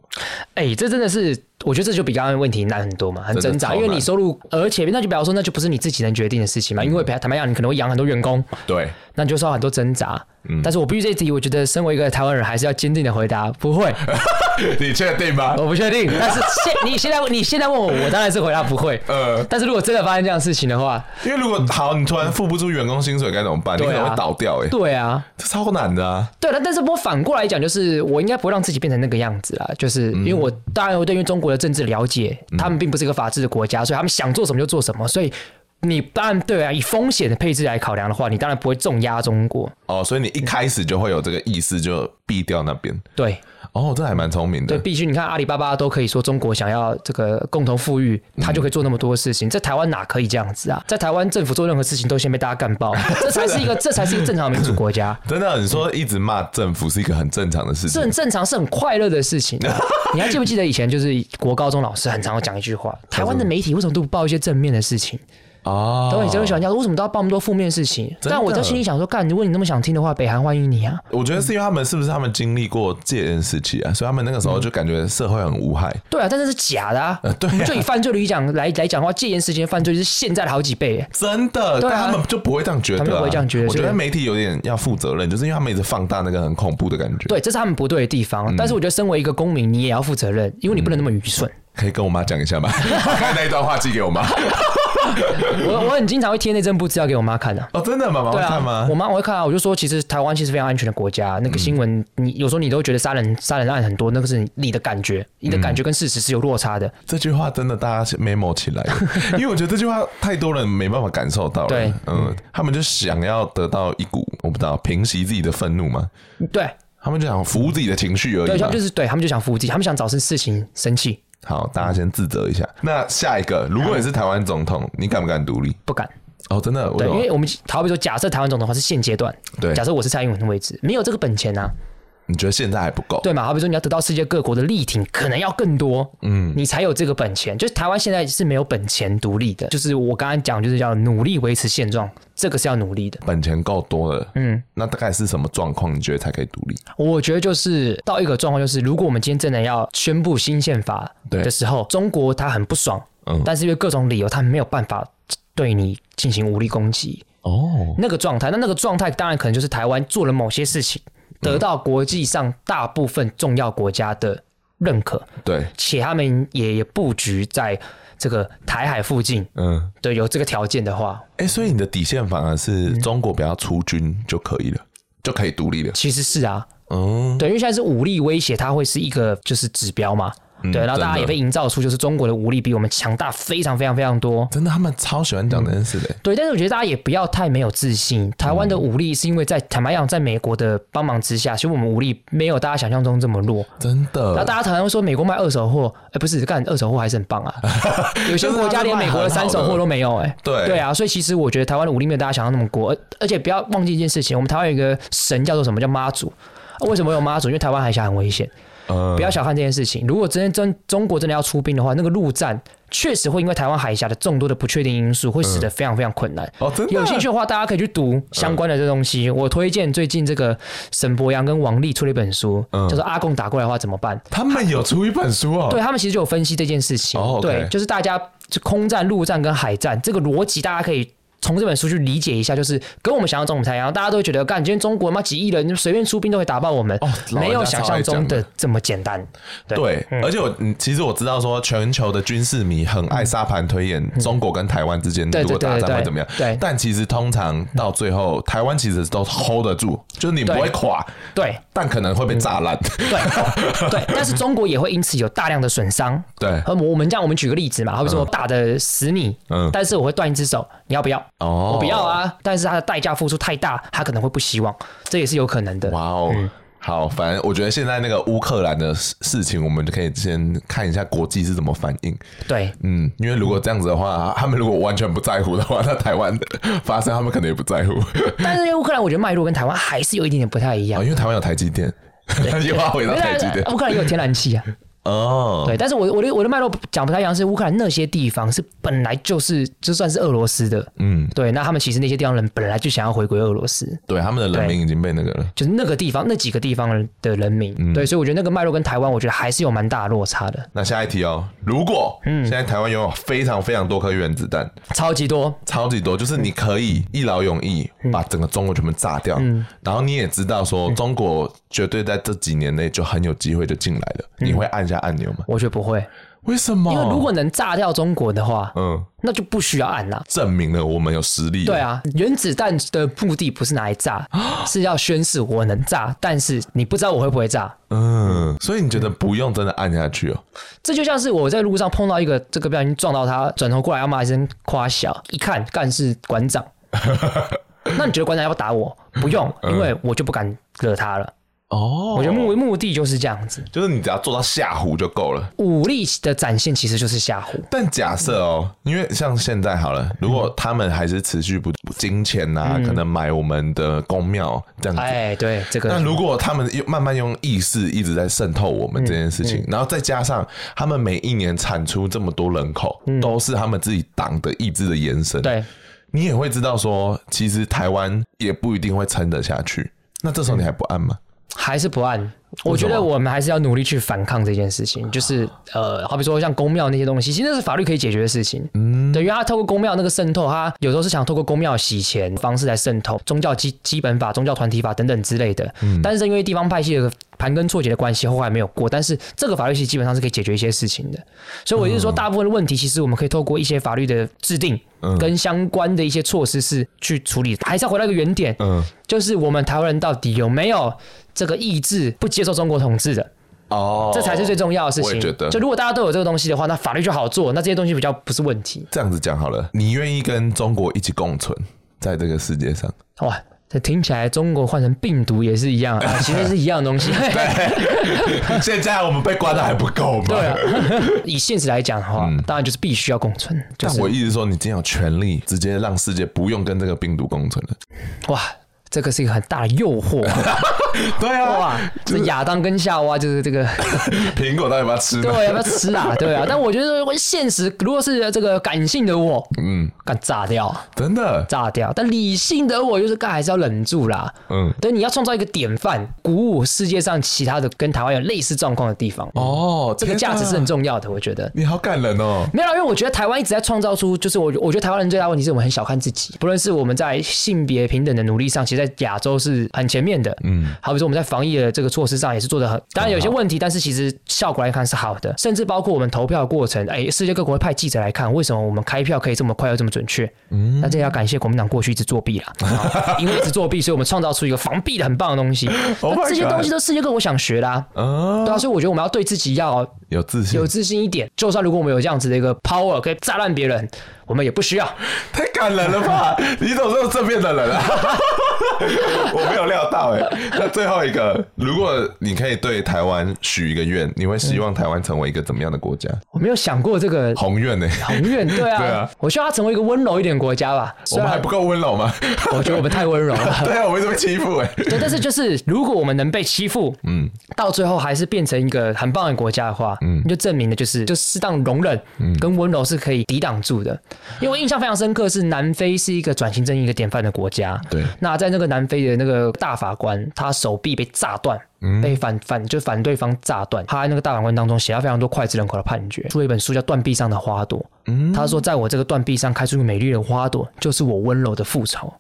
Speaker 4: 哎、这真的是，我觉得这就比刚刚的问题难很多嘛，很
Speaker 5: 真的
Speaker 4: 挣
Speaker 5: 超
Speaker 4: 扎，
Speaker 5: 难
Speaker 4: 因为你收入，而且那就比方说，那就不是你自己能决定的事情嘛，因为坦白讲，你可能会养很多员工，
Speaker 6: 对，
Speaker 4: 那你就受到很多挣扎。但是我必须这一题，我觉得身为一个台湾人，还是要坚定的回答，不会，
Speaker 5: 你确定 吗？
Speaker 4: 我不确定，但是现你现在你现在问我，我当然是回答不会。
Speaker 5: 呃，
Speaker 4: 但是如果真的发生这样的事情的话，
Speaker 5: 因为如果好，你突然付不出员工薪水该怎么办？你可
Speaker 4: 对
Speaker 5: 能
Speaker 4: 啊
Speaker 5: 会倒掉哎、欸，
Speaker 4: 对啊，
Speaker 5: 这超难的啊。
Speaker 4: 对了，但是我反过来讲，就是我应该不会让自己变成那个样子啦。就是因为我当然我对于中国的政治了解，他们并不是一个法治的国家，所以他们想做什么就做什么。所以你当然对啊，以风险的配置来考量的话，你当然不会重压中国。
Speaker 5: 哦，所以你一开始就会有这个意识，就避掉那边。
Speaker 4: 对
Speaker 5: 哦，这还蛮聪明
Speaker 4: 对，
Speaker 5: 的。
Speaker 4: 必须你看阿里巴巴都可以说中国想要这个共同富裕，他就可以做那么多事情。在台湾哪可以这样子啊？在台湾政府做任何事情都先被大家干爆，这才是一个这才是一个正常的民主国家。
Speaker 5: 真的，你说一直骂政府是一个很正常的事
Speaker 4: 是
Speaker 5: 情
Speaker 4: 很。正常，是很快乐的事情。啊你还记不记得以前就是国高中老师很常会讲一句话：台湾的媒体为什么都不报一些正面的事情？
Speaker 5: 哦，
Speaker 4: 等会你就会喜欢讲为什么都要报那么多负面的事情？
Speaker 5: 的
Speaker 4: 但我在心里想说，干，如果你那么想听的话，北韩欢迎你啊！
Speaker 5: 我觉得是因为他们是不是他们经历过戒严时期啊，所以他们那个时候就
Speaker 4: 嗯
Speaker 5: 感觉社会很无害。
Speaker 4: 对啊，但这是假的啊！
Speaker 5: 对啊
Speaker 4: 我们就以犯罪率讲来来讲的话，戒严时间犯罪是现在的好几倍耶。
Speaker 5: 真的，
Speaker 4: 对啊
Speaker 5: 但他们就不会这样觉得、啊，
Speaker 4: 他们不会这样觉得
Speaker 5: 我觉
Speaker 4: 所
Speaker 5: 得
Speaker 4: 以
Speaker 5: 媒体有点要负责任，就是因为他们一直放大那个很恐怖的感觉。，
Speaker 4: 对，这是他们不对的地方。啊但是我觉得，身为一个公民，你也要负责任，因为你不能那么愚蠢。
Speaker 5: 可以跟我妈讲一 下吗？我看那一段话寄给我妈。
Speaker 4: 我我很经常会贴内政部资料给我妈看的、
Speaker 5: 哦，真的吗？妈妈
Speaker 4: 嗯 对
Speaker 5: 会看
Speaker 4: 啊
Speaker 5: 吗，
Speaker 4: 我？妈我会看啊，我就说其实台湾其实非常安全的国家，那个新闻你有时候你都觉得杀人杀人案很多，那个是你你的感觉，你的感觉跟事实是有落差的。
Speaker 5: 这句话真的大家是 memo 起 来的，因为我觉得这句话太多人没办法感受到了。
Speaker 4: 对
Speaker 5: 嗯，他们就想要得到一股我不知道平息自己的愤怒嘛，
Speaker 4: 对
Speaker 5: 他们就想服务自己的情绪而
Speaker 4: 对，
Speaker 5: 已
Speaker 4: 他
Speaker 5: 嘛
Speaker 4: 们。就是对他们就想服务自己，他们想找事事情生气，
Speaker 5: 好，大家先自责一下。那下一个，如果你是台湾总统，你敢不敢独立？
Speaker 4: 不敢。
Speaker 5: 哦，真的，我
Speaker 4: 嗯对，
Speaker 5: 有
Speaker 4: 因为我们好比说，假设台湾总统的话是现阶段，
Speaker 5: 对
Speaker 4: 假设我是蔡英文的位置，没有这个本钱啊，
Speaker 5: 你觉得现在还不够？
Speaker 4: 对嘛？好比说你要得到世界各国的力挺，可能要更多，嗯，你才有这个本钱。就是台湾现在是没有本钱独立的，就是我刚刚讲，就是要努力维持现状，这个是要努力的。
Speaker 5: 本钱够多了，嗯，那大概是什么状况？你觉得才可以独立？
Speaker 4: 我觉得就是到一个状况，就是如果我们今天真的要宣布新宪法
Speaker 5: 对
Speaker 4: 的时候，中国他很不爽，
Speaker 5: 嗯
Speaker 4: 但是因为各种理由，他没有办法对你进行武力攻击。
Speaker 5: 哦，
Speaker 4: 那个状态，那那个状态当然可能就是台湾做了某些事情，得到国际上大部分重要国家的认可，
Speaker 5: 对，
Speaker 4: 且他们也也布局在这个台海附近，
Speaker 5: 嗯，
Speaker 4: 对，有这个条件的话，
Speaker 5: 哎、所以你的底线反而是中国不要出军就可以了，就可以独立了。
Speaker 4: 其实是啊，
Speaker 5: 嗯，
Speaker 4: 对，因为现在是武力威胁，它会是一个就是指标嘛。对，然后
Speaker 5: 嗯真
Speaker 4: 大家
Speaker 5: 的
Speaker 4: 也被营造出就是中国的武力比我们强大非常非常非常多。
Speaker 5: 真的，他们超喜欢讲这件事的、
Speaker 4: 对，但是我觉得大家也不要太没有自信。台湾的武力是因为在坦白讲，在美国的帮忙之下，其实我们武力没有大家想象中这么弱。
Speaker 5: 真
Speaker 4: 然后
Speaker 5: 的。
Speaker 4: 大家常常说美国卖二手货，哎，不是干二手货还是很 棒啊。有些国家连美国的三手货都没有、哎，
Speaker 5: 对
Speaker 4: 对啊，所以其实我觉得台湾的武力没有大家想象那么国，而而且不要忘记一件事情，我们台湾有一个神叫做什么叫妈祖。啊为什么有妈祖？因为台湾海峡很危险，
Speaker 5: 嗯
Speaker 4: 不要小看这件事情。如果真真中国真的要出兵的话，那个陆战确实会因为台湾海峡的众多的不确定因素，会使得非常非常困难。
Speaker 5: 嗯哦，真的嗯
Speaker 4: 有兴趣的话，大家可以去读相关的这东西。我推荐最近这个沈博阳跟王丽出了一本书，
Speaker 5: 嗯
Speaker 4: 叫做《阿贡打过来的话怎么办》。
Speaker 5: 他们有出一本书哦。
Speaker 4: 对，他们其实就有分析这件事情。
Speaker 5: 哦，OK
Speaker 4: 对，就是大家就空战、陆战跟海战这个逻辑，大家可以。从这本书去理解一下，就是跟我们想象中不太一样。大家都会觉得，干，今天中国妈几亿人，随便出兵都可以打爆我们，
Speaker 5: 哦老人
Speaker 4: 没有
Speaker 5: 家
Speaker 4: 想
Speaker 5: 超
Speaker 4: 象
Speaker 5: 爱讲
Speaker 4: 中的
Speaker 5: 的
Speaker 4: 这么简单。
Speaker 5: 对，而且我嗯其实我知道说，全球的军事迷很爱沙盘推演中国跟台湾之间
Speaker 4: 嗯对
Speaker 5: 如果
Speaker 4: 对
Speaker 5: 打
Speaker 4: 对
Speaker 5: 仗会
Speaker 4: 对
Speaker 5: 怎么样。
Speaker 4: 对
Speaker 5: 但其实通常到最后，台湾其实都 hold 得住，就是你不
Speaker 4: 对嗯
Speaker 5: 会垮，
Speaker 4: 对
Speaker 5: 但可能会被炸烂。
Speaker 4: 对对，但是中国也会因此有大量的损伤。
Speaker 5: 对，
Speaker 4: 呃，我我们这样，我们举个例子嘛，好比说我打的十米，
Speaker 5: 嗯
Speaker 4: 但是我会断一只手，你要不要？
Speaker 5: 哦
Speaker 4: 我不要啊，但是它的代价付出太大，他可能会不希望，这也是有可能的。
Speaker 5: 哇哦。好，反正我觉得现在那个乌克兰的事事情，我们就可以先看一下国际是怎么反应。
Speaker 4: 对，
Speaker 5: 嗯，因为如果这样子的话，他们如果完全不在乎的话，那台湾发生，他们可能也不在乎。
Speaker 4: 但是因为乌克兰，我觉得脉络跟台湾还是有一点点不太一
Speaker 5: 啊，
Speaker 4: 样。
Speaker 5: 因为台湾有台积电，又要回到
Speaker 4: 没有
Speaker 5: 台积
Speaker 4: 啊
Speaker 5: 电。
Speaker 4: 乌克兰也有天然气啊，
Speaker 6: 哦，
Speaker 4: 对，但是我我的我的脉络讲不太一样，是乌克兰那些地方是本来就是就算是俄罗斯的，
Speaker 6: 嗯，
Speaker 4: 对，那他们其实那些地方人本来就想要回归俄罗斯，
Speaker 6: 对，他们的人民已经被那个了，
Speaker 4: 就是那个地方那几个地方的人民，
Speaker 6: 嗯
Speaker 4: 对，所以我觉得那个脉络跟台湾，我觉得还是有蛮大的落差的，
Speaker 6: 那下一题哦，如果现在台湾拥有非常非常多颗原子弹，
Speaker 4: 超级多，
Speaker 6: 超级多，就是你可以一劳永逸把整个中国全部炸掉，然后你也知道说中国绝对在这几年内就很有机会就进来了，你会按下按钮吗？
Speaker 4: 我觉得不会，
Speaker 6: 为什么？
Speaker 4: 因为如果能炸掉中国的话，
Speaker 6: 哦嗯，
Speaker 4: 那就不需要按啦。
Speaker 6: 证明了我们有实力，
Speaker 4: 对，啊，原子弹的目的不是拿来 炸，是要宣示我能炸，但是你不知道我会不会炸。
Speaker 6: 嗯，所以你觉得不用真的按下去哦？
Speaker 4: 这就像是我在路上碰到一个这个不小心撞到他，转头过来要骂一声夸小，一看干是馆长。那你觉得馆长要不要打我？不用，因为我就不敢惹他了。
Speaker 6: 哦，
Speaker 4: 我觉得目目的就是这样子，
Speaker 6: 就是你只要做到吓唬就够了。
Speaker 4: 武力的展现其实就是吓唬。
Speaker 6: 但假设哦，因为像现在好了，如果他们还是持续不金钱呐、可能买我们的公庙这样
Speaker 4: 嗯
Speaker 6: 子。
Speaker 4: 哎，对这
Speaker 6: 那
Speaker 4: 个，
Speaker 6: 如果他们用慢慢用意识一直在渗透我们这件事情，
Speaker 4: 嗯
Speaker 6: 然后再加上他们每一年产出这么多人口，都是他们自己党的意志的延伸，
Speaker 4: 嗯对，
Speaker 6: 你也会知道说，其实台湾也不一定会撑得下去。那这时候你还不按吗？
Speaker 4: 还是不按。我觉
Speaker 6: 为
Speaker 4: 得
Speaker 6: 什么啊
Speaker 4: 我们还是要努力去反抗这件事情，就是呃，好比说像公庙那些东西，其实那是法律可以解决的事情。嗯，对，因为他透过公庙那个渗透，他有时候是想透过公庙洗钱方式来渗透宗教基基本法、宗教团体法等等之类的。嗯，但是因为地方派系的盘根错节的关系，后来没有过。但是这个法律系基本上是可以解决一些事情的。所以我一直
Speaker 6: 嗯
Speaker 4: 说，大部分的问题其实我们可以透过一些法律的制定
Speaker 6: 嗯
Speaker 4: 跟相关的一些措施是去处理，还是要回到一个原点，
Speaker 6: 嗯，
Speaker 4: 就是我们台湾人到底有没有这个意志不接受中国统治的，
Speaker 6: 哦，
Speaker 4: 这才是最重要的事
Speaker 6: 我
Speaker 4: 情。
Speaker 6: 也觉得
Speaker 4: 就如果大家都有这个东西的话，那法律就好做，那这些东西比较不是问题。
Speaker 6: 这样子讲好了，你愿意跟中国一起共存在这个世 界上？
Speaker 4: 哇，这听起来中国换成病毒也是一样 啊，其实是一样的东西。
Speaker 6: 现在我们被关的还不够吗？
Speaker 4: 对啊，以现实来讲的话，当然就是必须要共存。就
Speaker 6: 嗯但
Speaker 4: 是
Speaker 6: 我一直说，你今天有权利直接让世界不用跟这个病毒共存了。
Speaker 4: 哇，这个是一个很大的诱惑、
Speaker 6: 对啊，
Speaker 4: 哇，这亚当跟夏娃就是这个，
Speaker 6: 苹果到底要不要吃呢？
Speaker 4: 对，要不要吃 啊？对啊，但我觉得现实，如果是这个感性的我，
Speaker 6: 嗯，
Speaker 4: 干炸掉，
Speaker 6: 真的，
Speaker 4: 炸掉。但理性的我就是干，还是要忍住啦。
Speaker 6: 嗯，
Speaker 4: 对，你要创造一个典范，鼓舞世界上其他的跟台湾有类似状况的地方。
Speaker 6: 哦，
Speaker 4: 这个价值是
Speaker 6: 天
Speaker 4: 很
Speaker 6: 哪，
Speaker 4: 重要的，我觉得。
Speaker 6: 你好感人哦。
Speaker 4: 没有啦，因为我觉得台湾一直在创造出，就是我我觉得台湾人最大的问题是我们很小看自己，不论是我们在性别平等的努力上，其实在亚洲是很前面的，嗯，好比说我们在防疫的这个措施上也是做的很，当然有些问题，但是其实效果来看是好的，甚至包括我们投票的过程，哎，世界各国会派记者来看，为什么我们开票可以这么快又这么准确？嗯，那这也要感谢国民党过去一直作弊 啦，啊因为一直作弊，所以我们创造出一个防弊的很棒的东西，
Speaker 6: Oh my
Speaker 4: 那这些
Speaker 6: God
Speaker 4: 东西都是世界各国想学的、啊，
Speaker 6: 啊，
Speaker 4: 对啊，所以我觉得我们要对自己要
Speaker 6: 有自信
Speaker 4: 有，自信一点。就算如果我们有这样子的一个 power 可以炸烂别人，我们也不需要。
Speaker 6: 太感人了 吧？你怎么这么正面的人啊？ 我没有料到哎、那最后一个，如果你可以对台湾许一个愿，你会希望台湾成为一个怎么样的国家？
Speaker 4: 我没有想过这个
Speaker 6: 宏愿欸呢、
Speaker 4: 宏愿，对啊，
Speaker 6: 对啊
Speaker 4: 我希望它成为一个温柔一点的国家吧。
Speaker 6: 我们还不够温柔 吗？
Speaker 4: 虽然我觉得我们太温柔了。
Speaker 6: 对啊，我们一直被欺负哎、
Speaker 4: 对，但是就是如果我们能被欺负，嗯，到最后还是变成一个很棒的国家的话，嗯，就证明了就是就适当容忍跟温柔是可以抵挡住的。因为我印象非常深刻，是南非是一个转型正义一个典范的国家，
Speaker 6: 对
Speaker 4: 那在那个南非的那个大法官，他手臂被炸断，被反反就反对方炸断。他在那个大法官当中写到非常多脍炙人口的判决，出了一本书叫《断臂上的花朵》。他说，在我这个断臂上开出美丽的花朵，就是我温柔的复仇。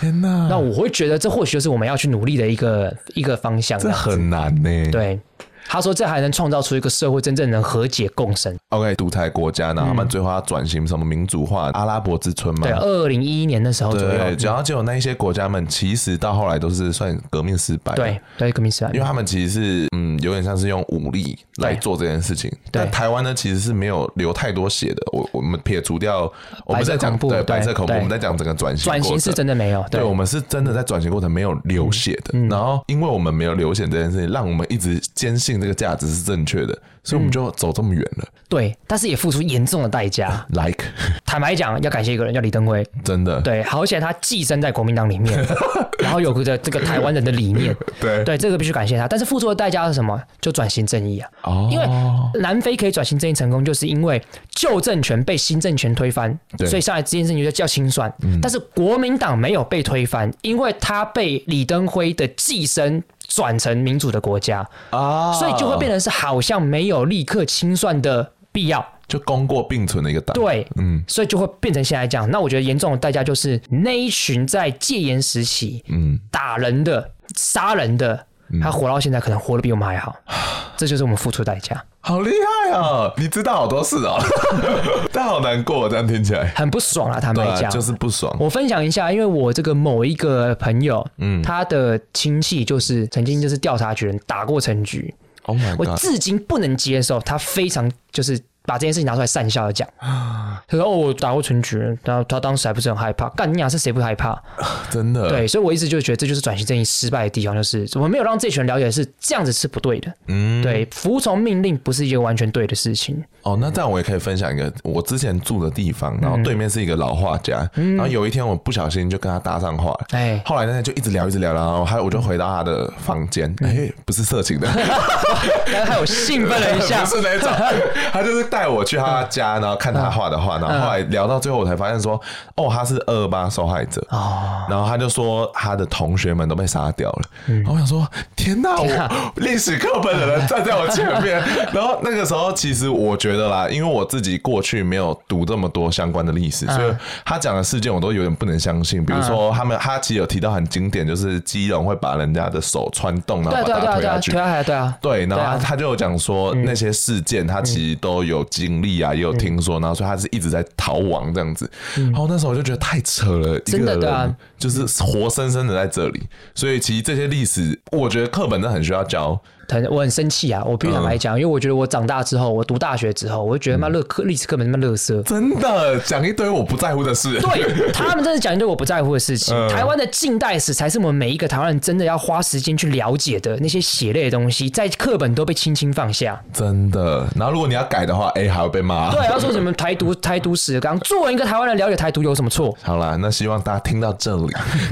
Speaker 6: 天哪，
Speaker 4: 那我会觉得，这或许就是我们要去努力的一个一个方向。
Speaker 6: 这很难欸呢、。
Speaker 4: 对。他说，这还能创造出一个社会真正能和解共生。
Speaker 6: OK，独裁国家，然后他们最后要转型什么民主化、阿拉伯之春嘛
Speaker 4: 对，。二零一一年的时候左
Speaker 6: 对，
Speaker 4: 右，
Speaker 6: 然后结果那一些国家们其实到后来都是算革命失败。
Speaker 4: 对，对，革命时代
Speaker 6: 因为他们其实是嗯，有点像是用武力来做这件事情。但台湾呢，其实是没有流太多血的。我我们撇除掉我们在讲
Speaker 4: 恐怖
Speaker 6: 对
Speaker 4: 对
Speaker 6: 白色恐怖，
Speaker 4: 对
Speaker 6: 我们在讲整个转型
Speaker 4: 转型
Speaker 6: 过
Speaker 4: 是
Speaker 6: 程
Speaker 4: 真的嗯没有。
Speaker 6: 对，我们是真的在转型过程没有流血的。然后，因为我们没有流血这件事情，让我们一直坚信信这个价值是正确的，所
Speaker 4: 嗯
Speaker 6: 以我们就走这么远了。
Speaker 4: 对，但是也付出严重的代 价。
Speaker 6: Like，
Speaker 4: 坦白讲，要感谢一个人叫李登辉，
Speaker 6: 真的，
Speaker 4: 对，好险他寄生在国民党里 面，然后有着这个台湾人的理念，
Speaker 6: 对
Speaker 4: 对，这个必须感谢他。但是付出的代价是什么？就转型正义啊！
Speaker 6: 哦，
Speaker 4: 因为南非可以转型正义成功，就是因为旧政权被新政权推翻，
Speaker 6: 对嗯
Speaker 4: 所以上来这件事情就叫清算。但是国民党没有被推翻，因为他被李登辉的寄生转成民主的国家，
Speaker 5: 哦
Speaker 6: 啊，
Speaker 4: 所以就会变成是好像没有立刻清算的必要。
Speaker 6: 就功过并存的一个党。，
Speaker 4: 对，
Speaker 6: 嗯
Speaker 4: 所以就会变成现在这样。那我觉得严重的代价就是那一群在戒严时期
Speaker 6: 嗯，
Speaker 4: 打人的、杀人的，他活到现在可能活得比我们还 好，这就是我们付出的代价，
Speaker 6: 好厉害哦！你知道好多事哦， 但好难过，这样听起来。
Speaker 4: 很不爽啊！坦
Speaker 6: 对
Speaker 4: 白
Speaker 6: 啊，
Speaker 4: 讲，
Speaker 6: 就是不爽。
Speaker 4: 我分享一下，因为我这个某一个朋友，
Speaker 6: 嗯
Speaker 4: 他的亲戚就是曾经就是调查局人打过陈局，
Speaker 6: Oh my
Speaker 4: 我
Speaker 6: god！
Speaker 4: 至今不能接受，他非常就是把这件事情拿出来善笑的讲，
Speaker 6: 啊
Speaker 4: 他说哦我打过陈局人，然后他当时还不是很害怕，干你俩是谁不害怕？
Speaker 6: 真的，
Speaker 4: 对，所以我一直就觉得这就是转型正义失败的地方，就是我们没有让这群人了解是这样子是不对的。
Speaker 6: 嗯，
Speaker 4: 对，服从命令不是一个完全对的事情。
Speaker 6: 哦，那这样我也可以分享一个我之前住的地方，然后对面是一个老画家，然后有一天我不小心就跟他搭上话了，
Speaker 4: 哎
Speaker 6: 后来那天就一直聊一直聊，然后还有我就回到他的房间，哎，不是色情的，
Speaker 4: 然后还有兴 奋了一下
Speaker 6: 不， 是那种，他就是带我去他家，然后看他画的画，然后后来聊到最后，我才发现说，哦，他是二八受害者
Speaker 4: 哦
Speaker 6: 然后他就说他的同学们都被杀掉了，
Speaker 4: 嗯
Speaker 6: 然后我想说，天哪，我历史课本的人站在我前 面，然后那个时候其实我觉得啦，因为我自己过去没有读这么多相关的历史，
Speaker 4: 嗯
Speaker 6: 所以他讲的事件我都有点不能相信，比如说他们他其实有提到很经典，就是基隆会把人家的手穿洞，然
Speaker 4: 对啊
Speaker 6: 后
Speaker 4: 对
Speaker 6: 把
Speaker 4: 啊对
Speaker 6: 他
Speaker 4: 啊
Speaker 6: 推
Speaker 4: 对
Speaker 6: 下
Speaker 4: 啊，
Speaker 6: 去
Speaker 4: 推。下来对啊，
Speaker 6: 对，然后
Speaker 4: 对
Speaker 6: 他
Speaker 4: 啊
Speaker 6: 他就有讲说那些事件，他其实都有经历啊，也有听
Speaker 4: 嗯
Speaker 6: 说，然后所以他是一直在逃亡这样子。然后那时候我就觉得太扯了，一
Speaker 4: 真
Speaker 6: 个
Speaker 4: 的对啊
Speaker 6: 人就是活生生的在这里。所以其实这些历史，我觉得课本真的很需要教。
Speaker 4: 很我很生气啊！我必须坦白讲，因为我觉得我长大之后，我读大学之后，我就觉得妈
Speaker 6: 嗯
Speaker 4: 乐课历史课本他妈乐色。
Speaker 6: 真的讲一堆我不在乎的事，
Speaker 4: 对他们真的讲一堆我不在乎的事情。
Speaker 6: 嗯
Speaker 4: 台湾的近代史才是我们每一个台湾人真的要花时间去了解的那些血泪的东西，在课本都被轻轻放下。
Speaker 6: 真的。然后如果你要改的话，哎，还会被骂。
Speaker 4: 对，要说什么台独、台独史纲，作为一个台湾人了解台独有什么错？
Speaker 6: 好啦，那希望大家听到 这里，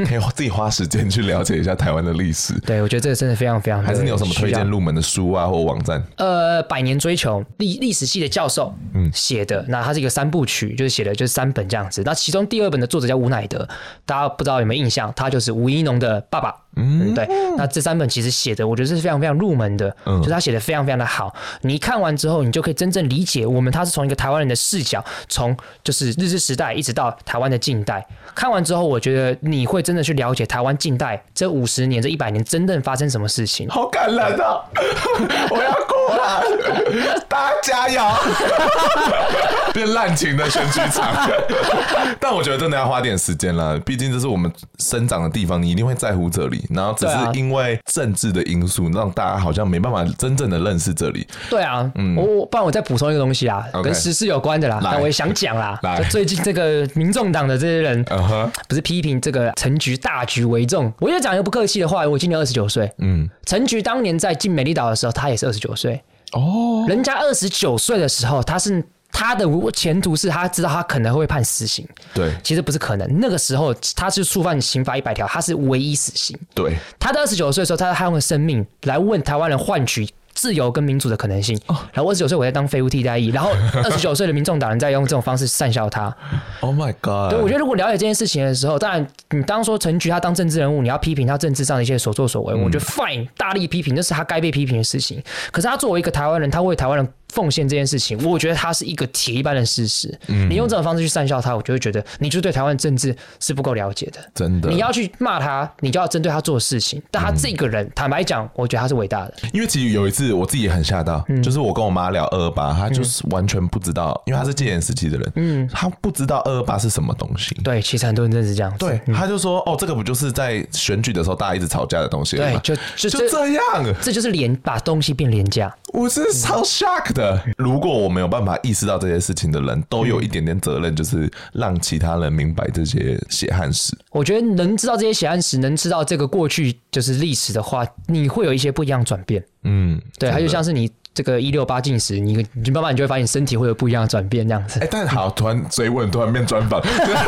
Speaker 6: 可以自己花时间去了解一下台湾的历史。
Speaker 4: 对，我觉得这个真的非常非常。
Speaker 6: 还是你有什么推荐？入门的书啊，或网站？
Speaker 4: 呃，百年追求历历史系的教授写的，那它是一个三部曲，就是写的就是三本这样子。那其中第二本的作者叫吴乃德，大家不知道有没有印象？他就是吴一农的爸爸。嗯，对。那这三本其实写的，我觉得是非常非常入门的，就是他写的非常非常的好。你看完之后，你就可以真正理解我们他是从一个台湾人的视角，从就是日治时代一直到台湾的近代。看完之后，我觉得你会真的去了解台湾近代这五十年、这一百年真正发生什么事情。
Speaker 6: 好感人 啊！我要哭了，大家加油！ 变滥情的选举场， 但我觉得真的要花点时间了，毕竟这是我们生长的地方，你一定会在乎这里。然后只
Speaker 4: 对啊
Speaker 6: 是因为政治的因素，让大家好像没办法真正的认识这里。
Speaker 4: 对啊，我我不然我再补充一个东西啦
Speaker 6: 嗯 OK
Speaker 4: 跟时事有关的啦，
Speaker 6: 来
Speaker 4: 但我也想讲啦
Speaker 6: 来。
Speaker 4: 就最近这个民众党的这些人，
Speaker 6: 嗯哼，
Speaker 4: 不是批评这个陈菊大局为重，我就讲一个不客气的话，我今年二十九岁，
Speaker 6: 嗯，
Speaker 4: 陈菊当年在进美丽岛的时候，他也是二十九岁，
Speaker 6: 哦，
Speaker 4: 人家二十九岁的时候，他是他的前途是他知道他可能会判死刑，
Speaker 6: 对
Speaker 4: 其实不是可能，那个时候他是触犯刑法一百条，他是唯一死刑。
Speaker 6: 对，
Speaker 4: 他在二十九岁的时候，他他用了生命来问台湾人换取自由跟民主的可能性。然后二十九岁我在当废物替代役，然后二十九岁的民众党人在用这种方式善笑他。
Speaker 6: Oh my God！
Speaker 4: 对，我觉得如果了解这件事情的时候，当然你当说陈菊他当政治人物，你要批评他政治上的一些所作所为，我觉得 fine，大力批评那是他该被批评的事情。可是他作为一个台湾人，他为台湾人。奉献这件事情，我觉得他是一个铁一般的事实。你用这种方式去善笑他，我就会觉得你就对台湾政治是不够了解的。
Speaker 6: 真的嗯
Speaker 4: 你要去骂他，你就要针对他做的事情。但他这个人，坦白讲，我觉得他是伟大的。
Speaker 6: 因为其实有一次我自己也很吓到，就是我跟我妈聊二二八，她就是完全不知道，因为她是戒严时期的人，嗯，她不知道二二八是什么东西。
Speaker 4: 对，其实很多人真的是这样子。
Speaker 6: 对，他就说哦，这个不就是在选举的时候大家一直吵架的东西了
Speaker 4: 对
Speaker 6: 吗？
Speaker 4: 就就
Speaker 6: 就这样。
Speaker 4: 这就是廉把东西变廉价。
Speaker 6: 我真的
Speaker 4: 嗯
Speaker 6: 超 shock 的。如果我没有办法意识到这些事情的人，都有一点点责任，就是让其他人明白这些血汗史。
Speaker 4: 我觉得能知道这些血汗史，能知道这个过去就是历史的话，你会有一些不一样的转变。
Speaker 6: 嗯，
Speaker 4: 对，
Speaker 6: 真的
Speaker 4: 它就像是你这个一六八进食，你你慢慢你就会发现身体会有不一样的转变，这样子
Speaker 6: 哎、。但好，突然追问，突然变专访，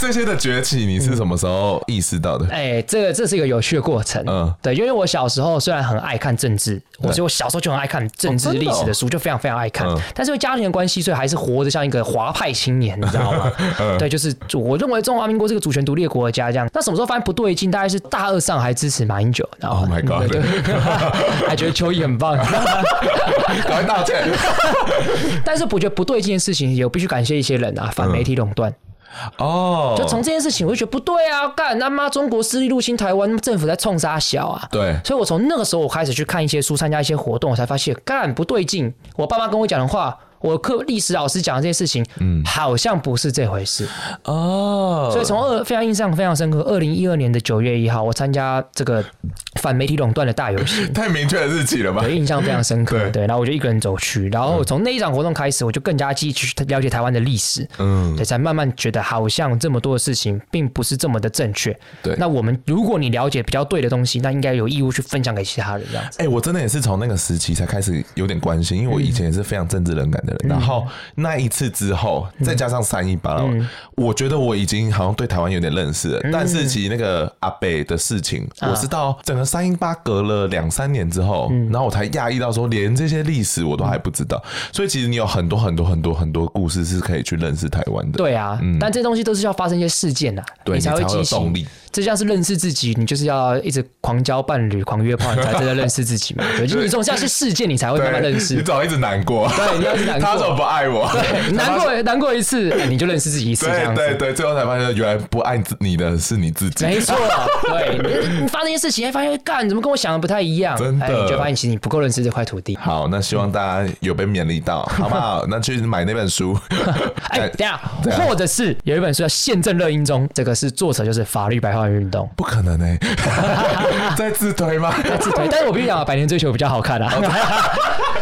Speaker 6: 这些的崛起，你是什么时候意识到的？
Speaker 4: 哎、这个这是一个有趣的过程，
Speaker 6: 嗯
Speaker 4: 嗯，对，因为我小时候虽然很爱看政治，我所以我小时候就很爱看政治
Speaker 6: 哦真的
Speaker 4: 历
Speaker 6: 哦
Speaker 4: 史的书，就非常非常爱看，
Speaker 6: 嗯
Speaker 4: 但是因为家庭的关系，所以还是活得像一个华派青年，你知道 吗？
Speaker 6: 嗯
Speaker 4: 对，就是我认为中华民国是个主权独立的国家，这样。那什么时候发现不对劲？大概是大二上还支持马英九，然后
Speaker 6: Oh my god
Speaker 4: 对， 对还觉得邱毅很棒。
Speaker 6: 赶快道歉
Speaker 4: 但是我觉得不对劲的事情，也必须感谢一些人啊，
Speaker 6: 嗯
Speaker 4: 反媒体垄断。
Speaker 6: 哦！
Speaker 4: 就从这件事情，我就觉得不对啊，干他妈中国势力入侵台湾，政府在冲杀小啊。
Speaker 6: 对
Speaker 4: 所以我从那个时候我开始去看一些书，参加一些活动，我才发现干不对劲。我爸妈跟我讲的话，我课历史老师讲的这些事情，嗯，好像不是这回事。
Speaker 6: 哦，
Speaker 4: 所以从二非常印象非常深刻，二零一二年的九月一号，我参加这个反媒体垄断的大游行。
Speaker 6: 太明确的日期了吧
Speaker 4: 对，？印象非常深刻。
Speaker 6: 对嗯
Speaker 4: 对，然后我就一个人走去，然后从那一场活动开始，我就更加积极去了解台湾的历史，嗯，对，才慢慢觉得好像这么多的事情并不是这么的正确。
Speaker 6: 对
Speaker 4: 那我们如果你了解比较对的东西，那应该有义务去分享给其他人，这样子。
Speaker 6: 哎、我真的也是从那个时期才开始有点关心，因为我以前也是非常政治冷感的
Speaker 4: 嗯
Speaker 6: 人。然后那一次之后，再加上三一八，
Speaker 4: 嗯
Speaker 6: 我觉得我已经好像对台湾有点认识了。但是其实那个阿北的事情，
Speaker 4: 啊
Speaker 6: 我是到整个三一八隔了两三年之后，
Speaker 4: 嗯
Speaker 6: 然后我才讶异到说，连这些历史我都还不知道。
Speaker 4: 嗯
Speaker 6: 所以其实你有很多很多很多很多故事是可以去认识台湾的。
Speaker 4: 对啊，但这些东西都是要发生一些事件的、啊，
Speaker 6: 嗯对，你
Speaker 4: 才
Speaker 6: 才
Speaker 4: 会
Speaker 6: 会有
Speaker 4: 激起
Speaker 6: 动力。
Speaker 4: 这像是认识自己，你就是要一直狂交伴侣、狂约炮，你才真的认识自己 嘛。对，就是你这种像是事件，你才会慢慢认识。
Speaker 6: 你总一直难过，
Speaker 4: 对你要一直难过
Speaker 6: 他怎么不爱我？
Speaker 4: 对，难过难过一次，哎你就认识自己一次，这
Speaker 6: 对
Speaker 4: 样子。
Speaker 6: 对对，最后才发现原来不爱你的是你自己。
Speaker 4: 没错，对，你你发生一些事情，哎发现干怎么跟我想的不太一样，
Speaker 6: 真的
Speaker 4: 哎你就发现其实你不够认识这块土地。
Speaker 6: 好，那希望大家有被勉励到，好不好？那去买那本书。
Speaker 4: 嗯 哎，等一下，
Speaker 6: 啊
Speaker 4: 或者是有一本书叫《宪政热音中》，这个是作者就是法律白话文运
Speaker 6: 。
Speaker 4: 动
Speaker 6: 不可能哎、在自推吗？
Speaker 4: 在自推，但是我必须讲啊，《百年追求》比较好看啊。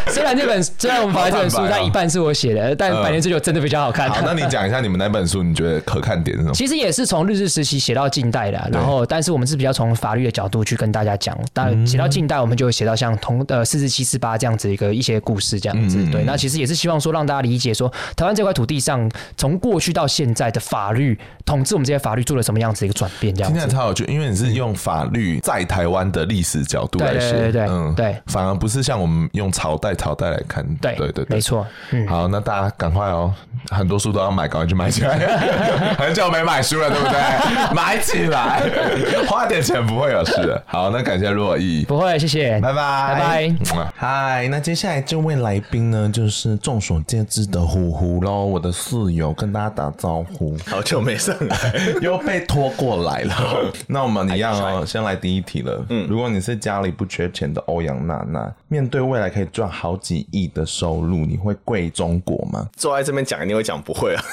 Speaker 4: 虽然这本虽然我们发现这本
Speaker 6: 哦好
Speaker 4: 书
Speaker 6: 坦白哦嗯
Speaker 4: 但一半是我写的，但《百年追求》真的比较好看。
Speaker 6: 好，那你讲一下你们那本书，你觉得可看点是什么？
Speaker 4: 其实也是从日治时期写到近代的啊，然后但是我们是比较从法律的角度去跟大家讲。当
Speaker 6: 嗯
Speaker 4: 然写到近代，我们就会写到像同呃四四七四八这样子一个一些故事这样
Speaker 6: 嗯
Speaker 4: 子。对，那其实也是希望说让大家理解说，台湾这块土地上从过去到现在的法律统治我们这些法律做了什么样子一个转变这样
Speaker 6: 听起来
Speaker 4: 子。
Speaker 6: 超有趣，因为你是用法律在台湾的历史角度
Speaker 4: 对
Speaker 6: 来
Speaker 4: 对
Speaker 6: 写，
Speaker 4: 对
Speaker 6: 嗯
Speaker 4: 对对
Speaker 6: 反而不是像我们用朝代朝代来看，
Speaker 4: 对
Speaker 6: 对对，
Speaker 4: 没错。嗯，
Speaker 6: 好，那大家赶快哦，很多书都要买，赶快去买起来。很久没买书了，对不对？买起来，花点钱不会有事的。好，那感谢若意。
Speaker 4: 不会，谢谢，
Speaker 6: 拜拜
Speaker 4: 拜
Speaker 6: 拜。嗨，那接下来这位来宾呢，就是众所皆知的虎虎喽，我的室友跟大家打招呼。好久没上来， 又被拖过来了。 那我们一样哦，先来第一题了。嗯，如果你是家里不缺钱的欧阳娜娜，面对未来可以赚好几亿的收入，你会跪中国吗？
Speaker 7: 坐在这边讲，一定会讲 不会啊。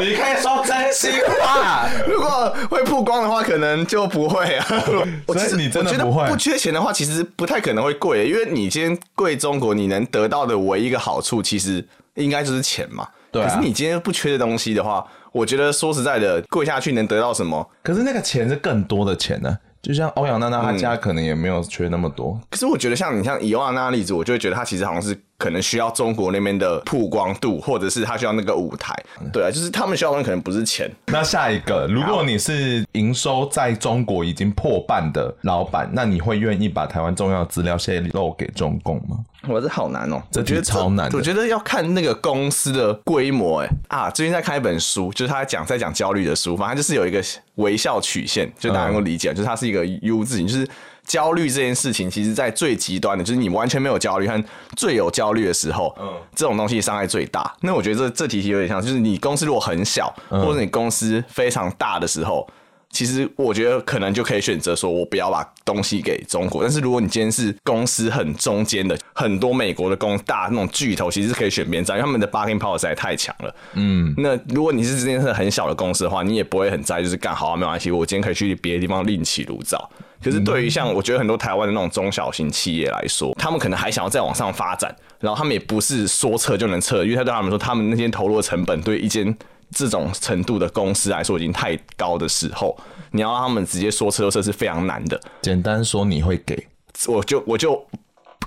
Speaker 6: 你可以说真心 话。
Speaker 7: 如果会曝光的话，可能就不会啊。 我其实
Speaker 6: 所以你真的
Speaker 7: 我觉得
Speaker 6: 不会
Speaker 7: 不缺钱的话，其实不太可能会贵，因为你今天贵中国，你能得到的唯一一个好处，其实应该就是钱嘛。
Speaker 6: 对啊
Speaker 7: 可是你今天不缺的东西的话，我觉得说实在的，跪下去能得到什么？
Speaker 6: 可是那个钱是更多的钱呢、就像欧阳娜娜，她家可能也没有缺那么多。
Speaker 7: 嗯可是我觉得像你像以万那个例子，我就会觉得他其实好像是可能需要中国那边的曝光度，或者是他需要那个舞台。对啊，就是他们需要的东西可能不是钱，
Speaker 6: 那下一个，如果你是营收在中国已经破半的老板，那你会愿意把台湾重要资料泄露给中共吗？
Speaker 7: 我这好难哦、
Speaker 6: 这
Speaker 7: 我觉得
Speaker 6: 题超难的
Speaker 7: 我觉得要看那个公司的规模、欸。哎啊，最近在看一本书，就是他在讲在讲焦虑的书，反正就是有一个微笑曲线，就
Speaker 6: 嗯
Speaker 7: 大家能够理解，就是它是一个 U 字形，就是焦虑这件事情，其实在最极端的，就是你完全没有焦虑和最有焦虑的时候，嗯，这种东西伤害最大。那我觉得这这题题有点像，就是你公司如果很小，
Speaker 6: 嗯
Speaker 7: 或者你公司非常大的时候。其实我觉得可能就可以选择说，我不要把东西给中国。但是如果你今天是公司很中间的，很多美国的公大那种巨头，其实是可以选边站，因为他们的 bargaining power 实在太强了。嗯，那如果你是这件事很小的公司的话，你也不会很在意，就是干好、啊、没关系，我今天可以去别的地方另起炉灶。可是对于像我觉得很多台湾的那种中小型企业来说，他们可能还想要再往上发展，然后他们也不是说撤就能撤，因为他对他们说，他们那些投入的成本对一间这种程度的公司来说已经太高的时候，你要让他们直接说撤就撤是非常难的。
Speaker 5: 简单说，你会给
Speaker 7: 我就我就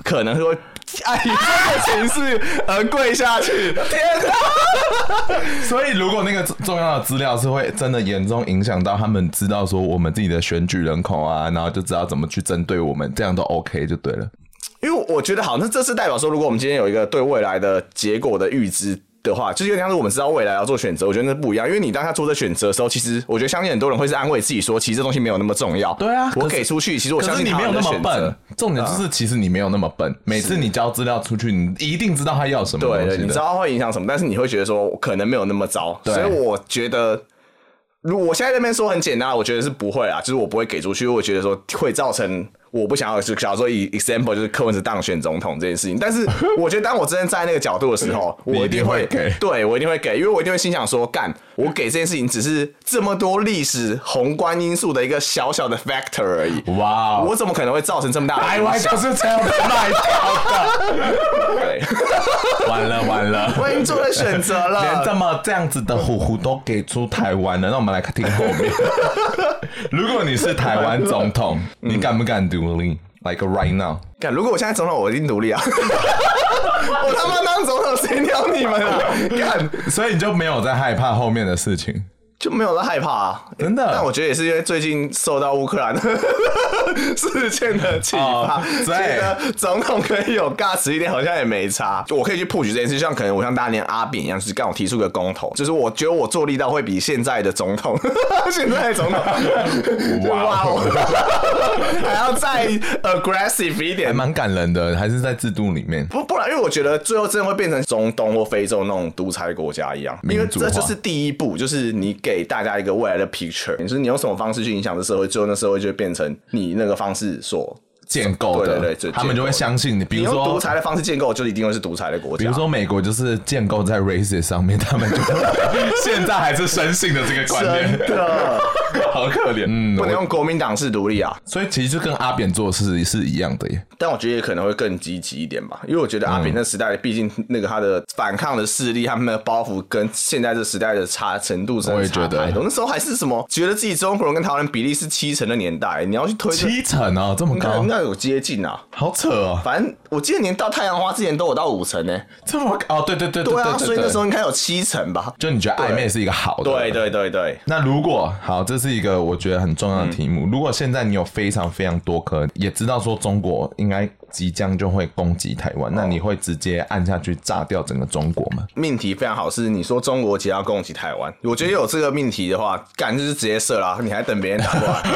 Speaker 7: 可能会碍于这个情势而跪下去。
Speaker 5: 所以，如果那个重要的资料是会真的严重影响到他们知道说我们自己的选举人口啊，然后就知道怎么去针对我们，这样都 OK 就对了。
Speaker 7: 因为我觉得好，那这是代表说，如果我们今天有一个对未来的结果的预知的话，就是有点像是我们知道未来要做选择，我觉得那不一样。因为你当下做这选择的时候，其实我觉得相信很多人会是安慰自己说，其实这东西没有那么重要。
Speaker 5: 对啊
Speaker 7: 我
Speaker 5: 可是
Speaker 7: 给出去，其实我
Speaker 5: 可
Speaker 7: 相
Speaker 5: 是
Speaker 7: 信
Speaker 5: 你没有那么
Speaker 7: 他们的选
Speaker 5: 笨
Speaker 7: 择，
Speaker 5: 重点就是其实你没有那么笨。每次你交资料出去，你一定知道他要什么东西
Speaker 7: 对，
Speaker 5: 的。
Speaker 7: 对你知道会影响什么，但是你会觉得说可能没有那么糟，
Speaker 5: 对
Speaker 7: 所以我觉得。如我现在这边说很简单，我觉得是不会啊，就是我不会给出去，因为我觉得说会造成我不想要，就假如说以 example 就是柯文哲当选总统这件事情，但是我觉得当我真的站在那个角度的 时候，
Speaker 5: 你
Speaker 7: 我
Speaker 5: 一定
Speaker 7: 定会
Speaker 5: 会给
Speaker 7: 对我一定会给，因为我一定会心想说，干，我给这件事情只是这么多历史宏观因素的一个小小的 factor 而已，
Speaker 5: 哇哦，
Speaker 7: 我怎么可能会造成这么大的影响？
Speaker 5: 是这样被卖掉
Speaker 7: 对，
Speaker 5: 的。完了完了，
Speaker 7: 我已经做了选择 了，
Speaker 5: 连这么这样子的虎虎都给出台湾了，那我们来听后 面。如果你是台湾总统，
Speaker 7: 嗯
Speaker 5: 你敢不敢独立？Like right now，
Speaker 7: 干，如果我现在总统，我一定独立 啊！我他妈当总统，谁鸟你们啊？干，
Speaker 5: 所以你就没有在害怕后面的事情。
Speaker 7: 就没有在害怕啊！
Speaker 5: 真的
Speaker 7: 但我觉得也是因为最近受到乌克兰 事件的启发
Speaker 5: 哦，对
Speaker 7: 觉得总统可以有 gas 一点，好像也没差。我可以去 push 这件事，就像可能我像当年阿扁一样，就是刚好提出个公投，就是我觉得我做力道会比现在的总统， 现在的总统，哇哦， 还要再 aggressive 一
Speaker 5: 还
Speaker 7: 点，
Speaker 5: 蛮感人的，还是在制度里面。
Speaker 7: 不不然，因为我觉得最后真的会变成中东或非洲那种独裁国家一样，因为
Speaker 5: 民主化
Speaker 7: 这就是第一步，就是你给大家一个未来的 picture，就是你用什么方式去影响这社会，最后那社会就会变成你那个方式所，
Speaker 5: 建构的，
Speaker 7: 对对对
Speaker 5: 他们就会相信你。比
Speaker 7: 你
Speaker 5: 如
Speaker 7: 用独
Speaker 5: 说，
Speaker 7: 裁的方式建构，就一定会是独裁的国家。
Speaker 5: 比如说美国就是建构在 racist 上面，他们就 现在还是深信的这个观
Speaker 7: 真
Speaker 5: 念，
Speaker 7: 的
Speaker 5: 好可怜。嗯，
Speaker 7: 不能
Speaker 5: 我
Speaker 7: 用国民党式独立啊，
Speaker 5: 所以其实就跟阿扁做的事是一样的耶。
Speaker 7: 但我觉得也可能会更积极一点吧，因为我觉得阿
Speaker 5: 嗯
Speaker 7: 扁那时代，毕竟那个他的反抗的势力，他们的包袱跟现在这时代的差程度真
Speaker 5: 我
Speaker 7: 的
Speaker 5: 也
Speaker 7: 差
Speaker 5: 觉得
Speaker 7: 太多。那时候还是什么觉得自己中国人跟台湾人比例是七成的年代，你要去推这
Speaker 5: 七成哦，这么
Speaker 7: 那
Speaker 5: 高，
Speaker 7: 那有接近啊。
Speaker 5: 好扯哦，
Speaker 7: 反正我记得连到太阳花之前都有到五成呢、
Speaker 5: 这么高哦，对对对
Speaker 7: 对啊，
Speaker 5: 对，
Speaker 7: 所以那时候
Speaker 5: 对
Speaker 7: 应该有七成吧。
Speaker 5: 就你觉得暧昧是一个好的，
Speaker 7: 对对对对，
Speaker 5: 那如果好，这是一个我觉得很重要的题
Speaker 7: 嗯
Speaker 5: 目。如果现在你有非常非常多颗，也知道说中国应该即将就会攻击台
Speaker 7: 哦
Speaker 5: 湾，那你会直接按下去炸掉整个中国吗？
Speaker 7: 命题非常好，是你说中国即将攻击台湾，我觉得有这个命题的话，干就是直接射啦，你还等别人打 过来？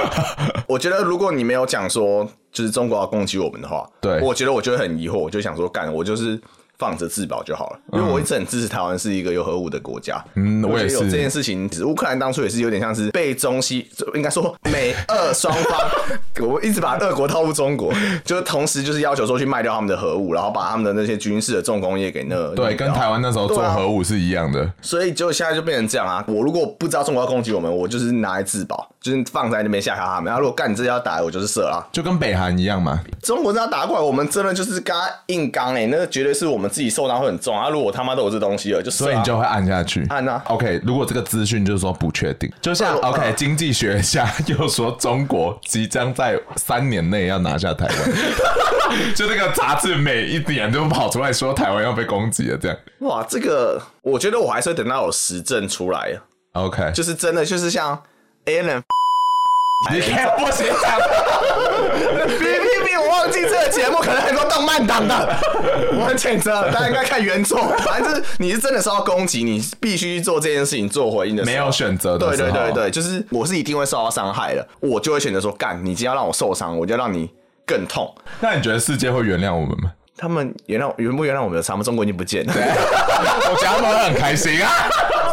Speaker 7: 我觉得如果你没有讲说就是中国要攻击我们的话，
Speaker 5: 对
Speaker 7: 我觉得我就会很疑惑，我就想说干，我就是放着自保就好了，因为我一直很支持台湾是一个有核武的国家，
Speaker 5: 嗯
Speaker 7: 我
Speaker 5: 我也
Speaker 7: 觉得有
Speaker 5: 是
Speaker 7: 这件事情，乌克兰当初也是有点像是被中西，就应该说美俄双方，我们一直把俄国套入中 国，就是同时就是要求说去卖掉他们的核武，然后把他们的那些军事的重工业给那
Speaker 5: 对，跟台湾那时候做
Speaker 7: 呃对啊
Speaker 5: 核武是一样的。
Speaker 7: 所以就现在就变成这样啊！我如果不知道中国要攻击我们，我就是拿来自保，就是放在那边吓吓他们。然啊后如果干你这要打来，我就是射啊！
Speaker 5: 就跟北韩一样嘛，
Speaker 7: 中国真的要打过来，我们真的就是跟他硬刚哎、欸，那个绝对是我们自己受伤会很重啊！如果我他妈都有这东西了，就射、啊。
Speaker 5: 所以你就会按下去。
Speaker 7: 按啊
Speaker 5: OK，如果这个资讯就是说不确定，就像
Speaker 7: 对我嗯
Speaker 5: OK 经济学家又说中国即将在三年内要拿下台湾， 就那个杂志每一年都跑出来说台湾要被攻击了，这样。
Speaker 7: 哇，这个我觉得我还是会等到有实证出来，
Speaker 5: OK，
Speaker 7: 就是真的就是像 Alan
Speaker 5: 你看不行讲，
Speaker 7: 别别别！我忘记这个节目可能很多动漫党的，我很谴责，大家应该看原作。反正就是你是真的受到攻击，你必须做这件事情做回应的时候，
Speaker 5: 没有选择的
Speaker 7: 对
Speaker 5: 时候
Speaker 7: 对对对，就是我是一定会受到伤害的，我就会选择说干，你今天要让我受伤，我就让你更痛。
Speaker 5: 那你觉得世界会原谅我 们吗？
Speaker 7: 他们原谅原不原谅我们的差吗？中国已经不见
Speaker 5: 啊
Speaker 7: 了。
Speaker 5: 我觉得他们会很开心啊。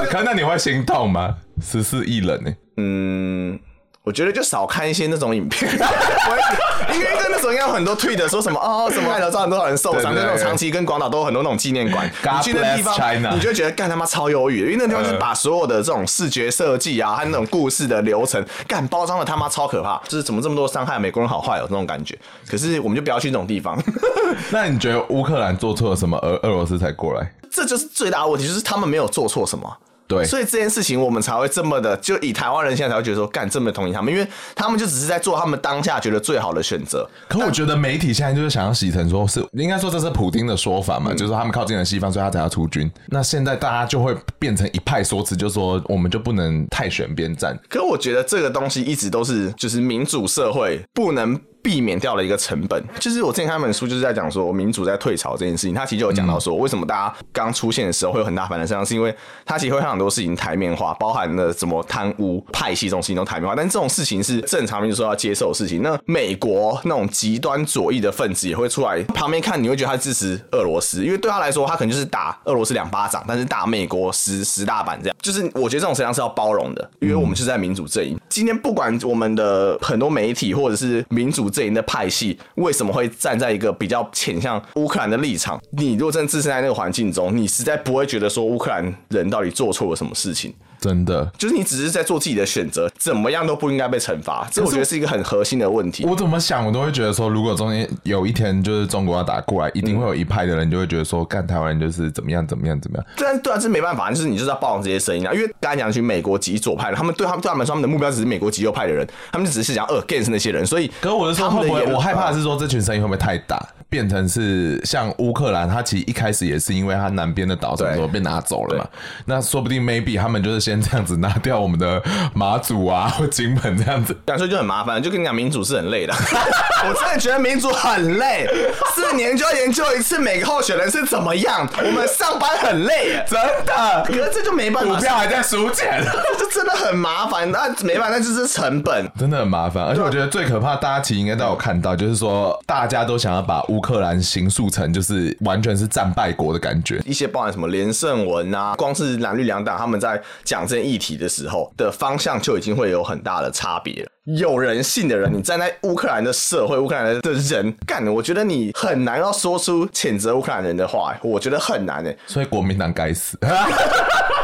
Speaker 5: 可那你会心痛吗？十四亿人呢、
Speaker 7: 嗯，我觉得就少看一些那种影片， 我因为在那时候应该有很多推的说什么哦，什么爱德造成多少人受伤，
Speaker 5: 对对
Speaker 7: 那
Speaker 5: 对
Speaker 7: 种长期跟广岛都有很多那种纪念馆，
Speaker 5: God
Speaker 7: 你去那地
Speaker 5: bless China
Speaker 7: 方，你就会觉得干他妈超忧郁的，因为那地方就是
Speaker 5: 嗯
Speaker 7: 把所有的这种视觉设计啊，和那种故事的流程，干包装的他妈超可怕，就是怎么这么多伤害，美国人好坏哦那种感觉。可是我们就不要去那种地方，
Speaker 5: 那你觉得乌克兰做错了什么，而俄罗斯才过来？
Speaker 7: 这就是最大的问题，就是他们没有做错什么。
Speaker 5: 对，
Speaker 7: 所以这件事情我们才会这么的，就以台湾人现在才会觉得说，干这么同意他们，因为他们就只是在做他们当下觉得最好的选择。
Speaker 5: 可我觉得媒体现在就是想要洗成说是，应该说这是普丁的说法嘛，就是说他们靠近了西方，所以他才要出军。那现在大家就会变成一派说辞，就说我们就不能太选边站。
Speaker 7: 可我觉得这个东西一直都是就是民主社会不能避免掉的一个成本。就是我之前看一本书，就是在讲说民主在退潮这件事情，它其实就有讲到说，为什么大家刚出现的时候会有很大反弹声浪，是因为它其实会让很多事情台面化，包含了什么贪污、派系这种事情都台面化。但这种事情是正常民主说要接受的事情。那美国那种极端左翼的分子也会出来旁边看，你会觉得他支持俄罗斯，因为对他来说，他可能就是打俄罗斯两巴掌，但是打美国十十大板这样。就是我觉得这种声量是要包容的，因为我们就是在民主阵营。今天不管我们的很多媒体或者是民主阵营的派系为什么会站在一个比较倾向乌克兰的立场，你如果真的置身在那个环境中，你实在不会觉得说乌克兰人到底做错了什么事情。
Speaker 5: 真的，
Speaker 7: 就是你只是在做自己的选择，怎么样都不应该被惩罚。这我觉得是一个很核心的问题。
Speaker 5: 我怎么想我都会觉得说，如果中间有一天就是中国要打过来，一定会有一派的人就会觉得说，干台湾人就是怎么样怎么样怎么样。
Speaker 7: 但对啊，这没办法，就是你就是要包容这些声音啊。因为刚才讲的去美国极左派的，他们对他们对他们来说，他们的目标只是美国极右派的人，他们只是想 against 那些人，所以
Speaker 5: 可是我是说，
Speaker 7: 他们
Speaker 5: 会
Speaker 7: 的
Speaker 5: 不会
Speaker 7: 言论
Speaker 5: 我害怕的是说，这群声音会不会太大，变成是像乌克兰，它其实一开始也是因为它南边的岛什么时候被拿走了嘛？那说不定 maybe 他们就是先这样子拿掉我们的马祖啊或金门这样子。
Speaker 7: 感受就很麻烦，就跟你讲，民主是很累的。 我真的觉得民主很累，四年就要研究一次每个候选人是怎么样。我们上班很累耶，真的。可是这就没办
Speaker 5: 股
Speaker 7: 法，
Speaker 5: 票还在输钱，
Speaker 7: 这真的很麻烦。那没办法，那就是成本。
Speaker 5: 真的很麻烦。而且我觉得最可怕，大家其实应该都有看到，就是说大家都想要把乌克兰形塑成就是完全是战败国的感觉。
Speaker 7: 一些包含什么连胜文啊，光是蓝绿两党他们在讲这些议题的时候的方向就已经会有很大的差别了。有人性的人，你站在乌克兰的社会、乌克兰的人干，我觉得你很难要说出谴责乌克兰人的话、我觉得很难诶、
Speaker 5: 所以国民党该死，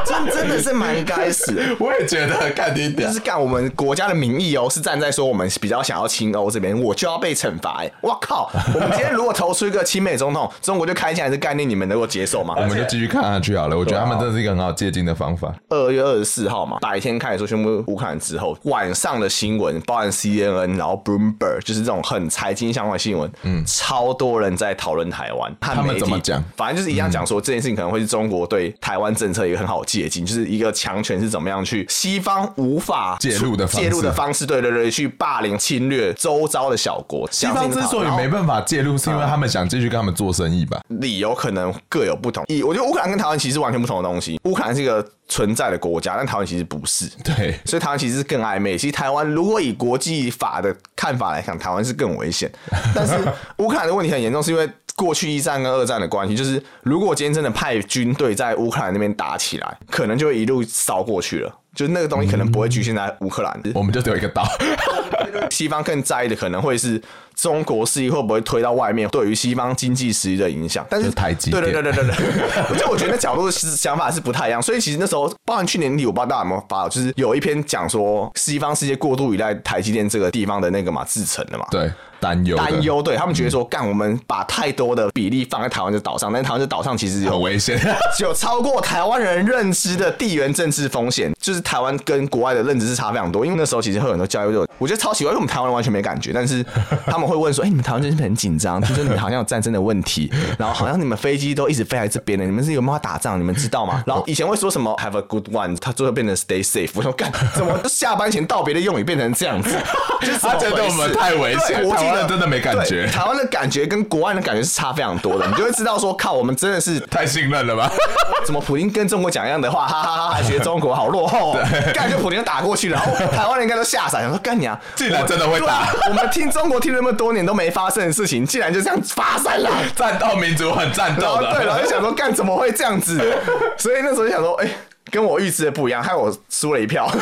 Speaker 7: 真真的是蛮该死的。
Speaker 5: 我也觉得干你点
Speaker 7: 就是干我们国家的名义哦，是站在说我们比较想要亲欧这边，我就要被惩罚、欸。我靠！我们今天如果投出一个亲美总统，中国就开进来这概念，你们能够接受吗？
Speaker 5: 我们就继续看下去好了。我觉得他们真的是一个很好借鉴的方法。
Speaker 7: 二月二十四号嘛，白天开始说宣布乌克兰之后，晚上的新闻，包含 CNN，然后 Bloomberg，就是这种很财经相关的新闻，嗯，超多人在讨论台湾，他
Speaker 5: 们怎么讲
Speaker 7: 反正就是一样讲说、这件事情可能会是中国对台湾政策一个很好的借鉴，就是一个强权是怎么样去西方无法
Speaker 5: 介入的方式
Speaker 7: 介入的方式，对对对，去霸凌侵略周遭的小国。
Speaker 5: 西方之所以没办法介入，是
Speaker 7: 嗯
Speaker 5: 因为他们想继续跟他们做生意吧？
Speaker 7: 理由可能各有不同。以我觉得乌克兰跟台湾其实是完全不同的东西，乌克兰是一个存在的国家，但台湾其实不是。
Speaker 5: 对，
Speaker 7: 所以台湾其实是更暧昧。其实台湾如果以国际法的看法来讲，台湾是更危险。但是乌克兰的问题很严重，是因为过去一战跟二战的关系，就是如果今天真的派军队在乌克兰那边打起来，可能就会一路烧过去了。就是那个东西可能不会局限在乌克兰，
Speaker 5: 我们就只有一个 岛。
Speaker 7: 西方更在意的可能会是中国势力会不会推到外面对于西方经济实力的影响，但是
Speaker 5: 就是台积
Speaker 7: 对
Speaker 5: 电
Speaker 7: 对对对对 对，就我觉得那角度是想法是不太一样，所以其实那时候，包含去年底，我不知道大家有没有发，就是有一篇讲说西方世界过度依赖台积电这个地方的那个嘛制成的嘛，
Speaker 5: 对，担忧的
Speaker 7: 担忧，对他们觉得说，干我们把太多的比例放在台湾这岛上，但是台湾这岛上其实有
Speaker 5: 很危险。
Speaker 7: 有超过台湾人认知的地缘政治风险，就是台湾跟国外的认知是差非常多。因为那时候其实会有很多交流，我觉得超奇怪，因为我们台湾人完全没感觉，但是他们会问说：“哎、你们台湾真是很紧张，听说你们好像有战争的问题，然后好像你们飞机都一直飞来这边的，你们是有没有要打仗？你们知道 吗？”然后以前会说什么 “Have a good one”，他最后变成 “Stay safe”，我说干，怎么下班前道别的用语变成这样 子？就是怎么
Speaker 5: 他觉得我们太危险
Speaker 7: 对我记
Speaker 5: 台湾
Speaker 7: 得
Speaker 5: 人真的没感
Speaker 7: 对
Speaker 5: 觉
Speaker 7: 台湾的感觉跟国外的感觉是差非常多的，你就会知道说，靠，我们真的是
Speaker 5: 太信任 了吧？
Speaker 7: 怎么普京跟中国讲一样的话，哈哈哈，还学中国好落后、哦，干就普京打过去了，然后台湾人应该都吓傻，想说干你啊，
Speaker 5: 竟然真的会打，
Speaker 7: 我们听中国听了那么多年都没发生的事情，竟然就这样发生 了。
Speaker 5: 战斗民族很战
Speaker 7: 然
Speaker 5: 斗
Speaker 7: 后
Speaker 5: 的，
Speaker 7: 对了，就想说干怎么会这样子？所以那时候就想说，哎、跟我预知的不一样，害我输了一票。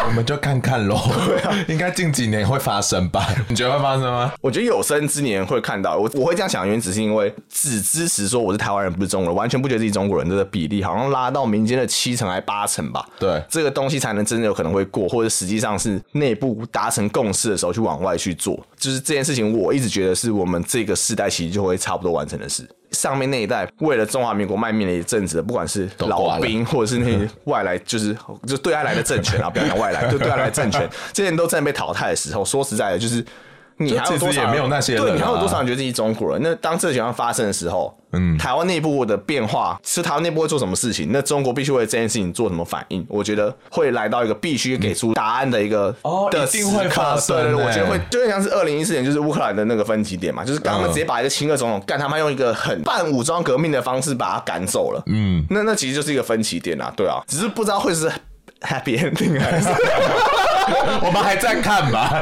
Speaker 5: 我们就看看喽。
Speaker 7: 啊
Speaker 5: 应该近几年会发生吧？你觉得会发生吗？
Speaker 7: 我觉得有生之年会看到我，我会这样想，原因只是因为只支持说我是台湾人，不是中国人，完全不觉得自己中国人的比例，好像拉到民间的七成还八成吧。
Speaker 5: 对
Speaker 7: 这个东西才能真的有可能会过，或者实际上是内部达成共识的时候去往外去做。就是这件事情，我一直觉得是我们这个世代其实就会差不多完成的事。上面那一代为了中华民国卖命了一阵子，不管是
Speaker 5: 都挂
Speaker 7: 老
Speaker 5: 了
Speaker 7: 兵或者是那些外来，就是哦就对外来的政权啊，不要讲外来， 就对外来的政权，这些人都正被淘汰的时候，说实在的，就是。你还有
Speaker 5: 就
Speaker 7: 多
Speaker 5: 其实也
Speaker 7: 少人
Speaker 5: 没有那些人
Speaker 7: 对，你还有
Speaker 5: 啊
Speaker 7: 多少人觉得自己中国人？那当这个情况发生的时候，嗯，台湾内部的变化是台湾内部会做什么事情？那中国必须为这件事情做什么反应？我觉得会来到一个必须给出答案的一个
Speaker 5: 哦
Speaker 7: 的
Speaker 5: 一定会
Speaker 7: 时刻
Speaker 5: 发生
Speaker 7: 对对对，
Speaker 5: 欸
Speaker 7: 我觉得会就很像是二零一四年就是乌克兰的那个分歧点嘛，就是刚刚他们
Speaker 5: 嗯
Speaker 7: 直接把一个亲俄总统干他妈用一个很半武装革命的方式把他赶走了。嗯，那那其实就是一个分歧点啊，对啊，只是不知道会是 happy ending 还是。
Speaker 5: 我 们还在看吧，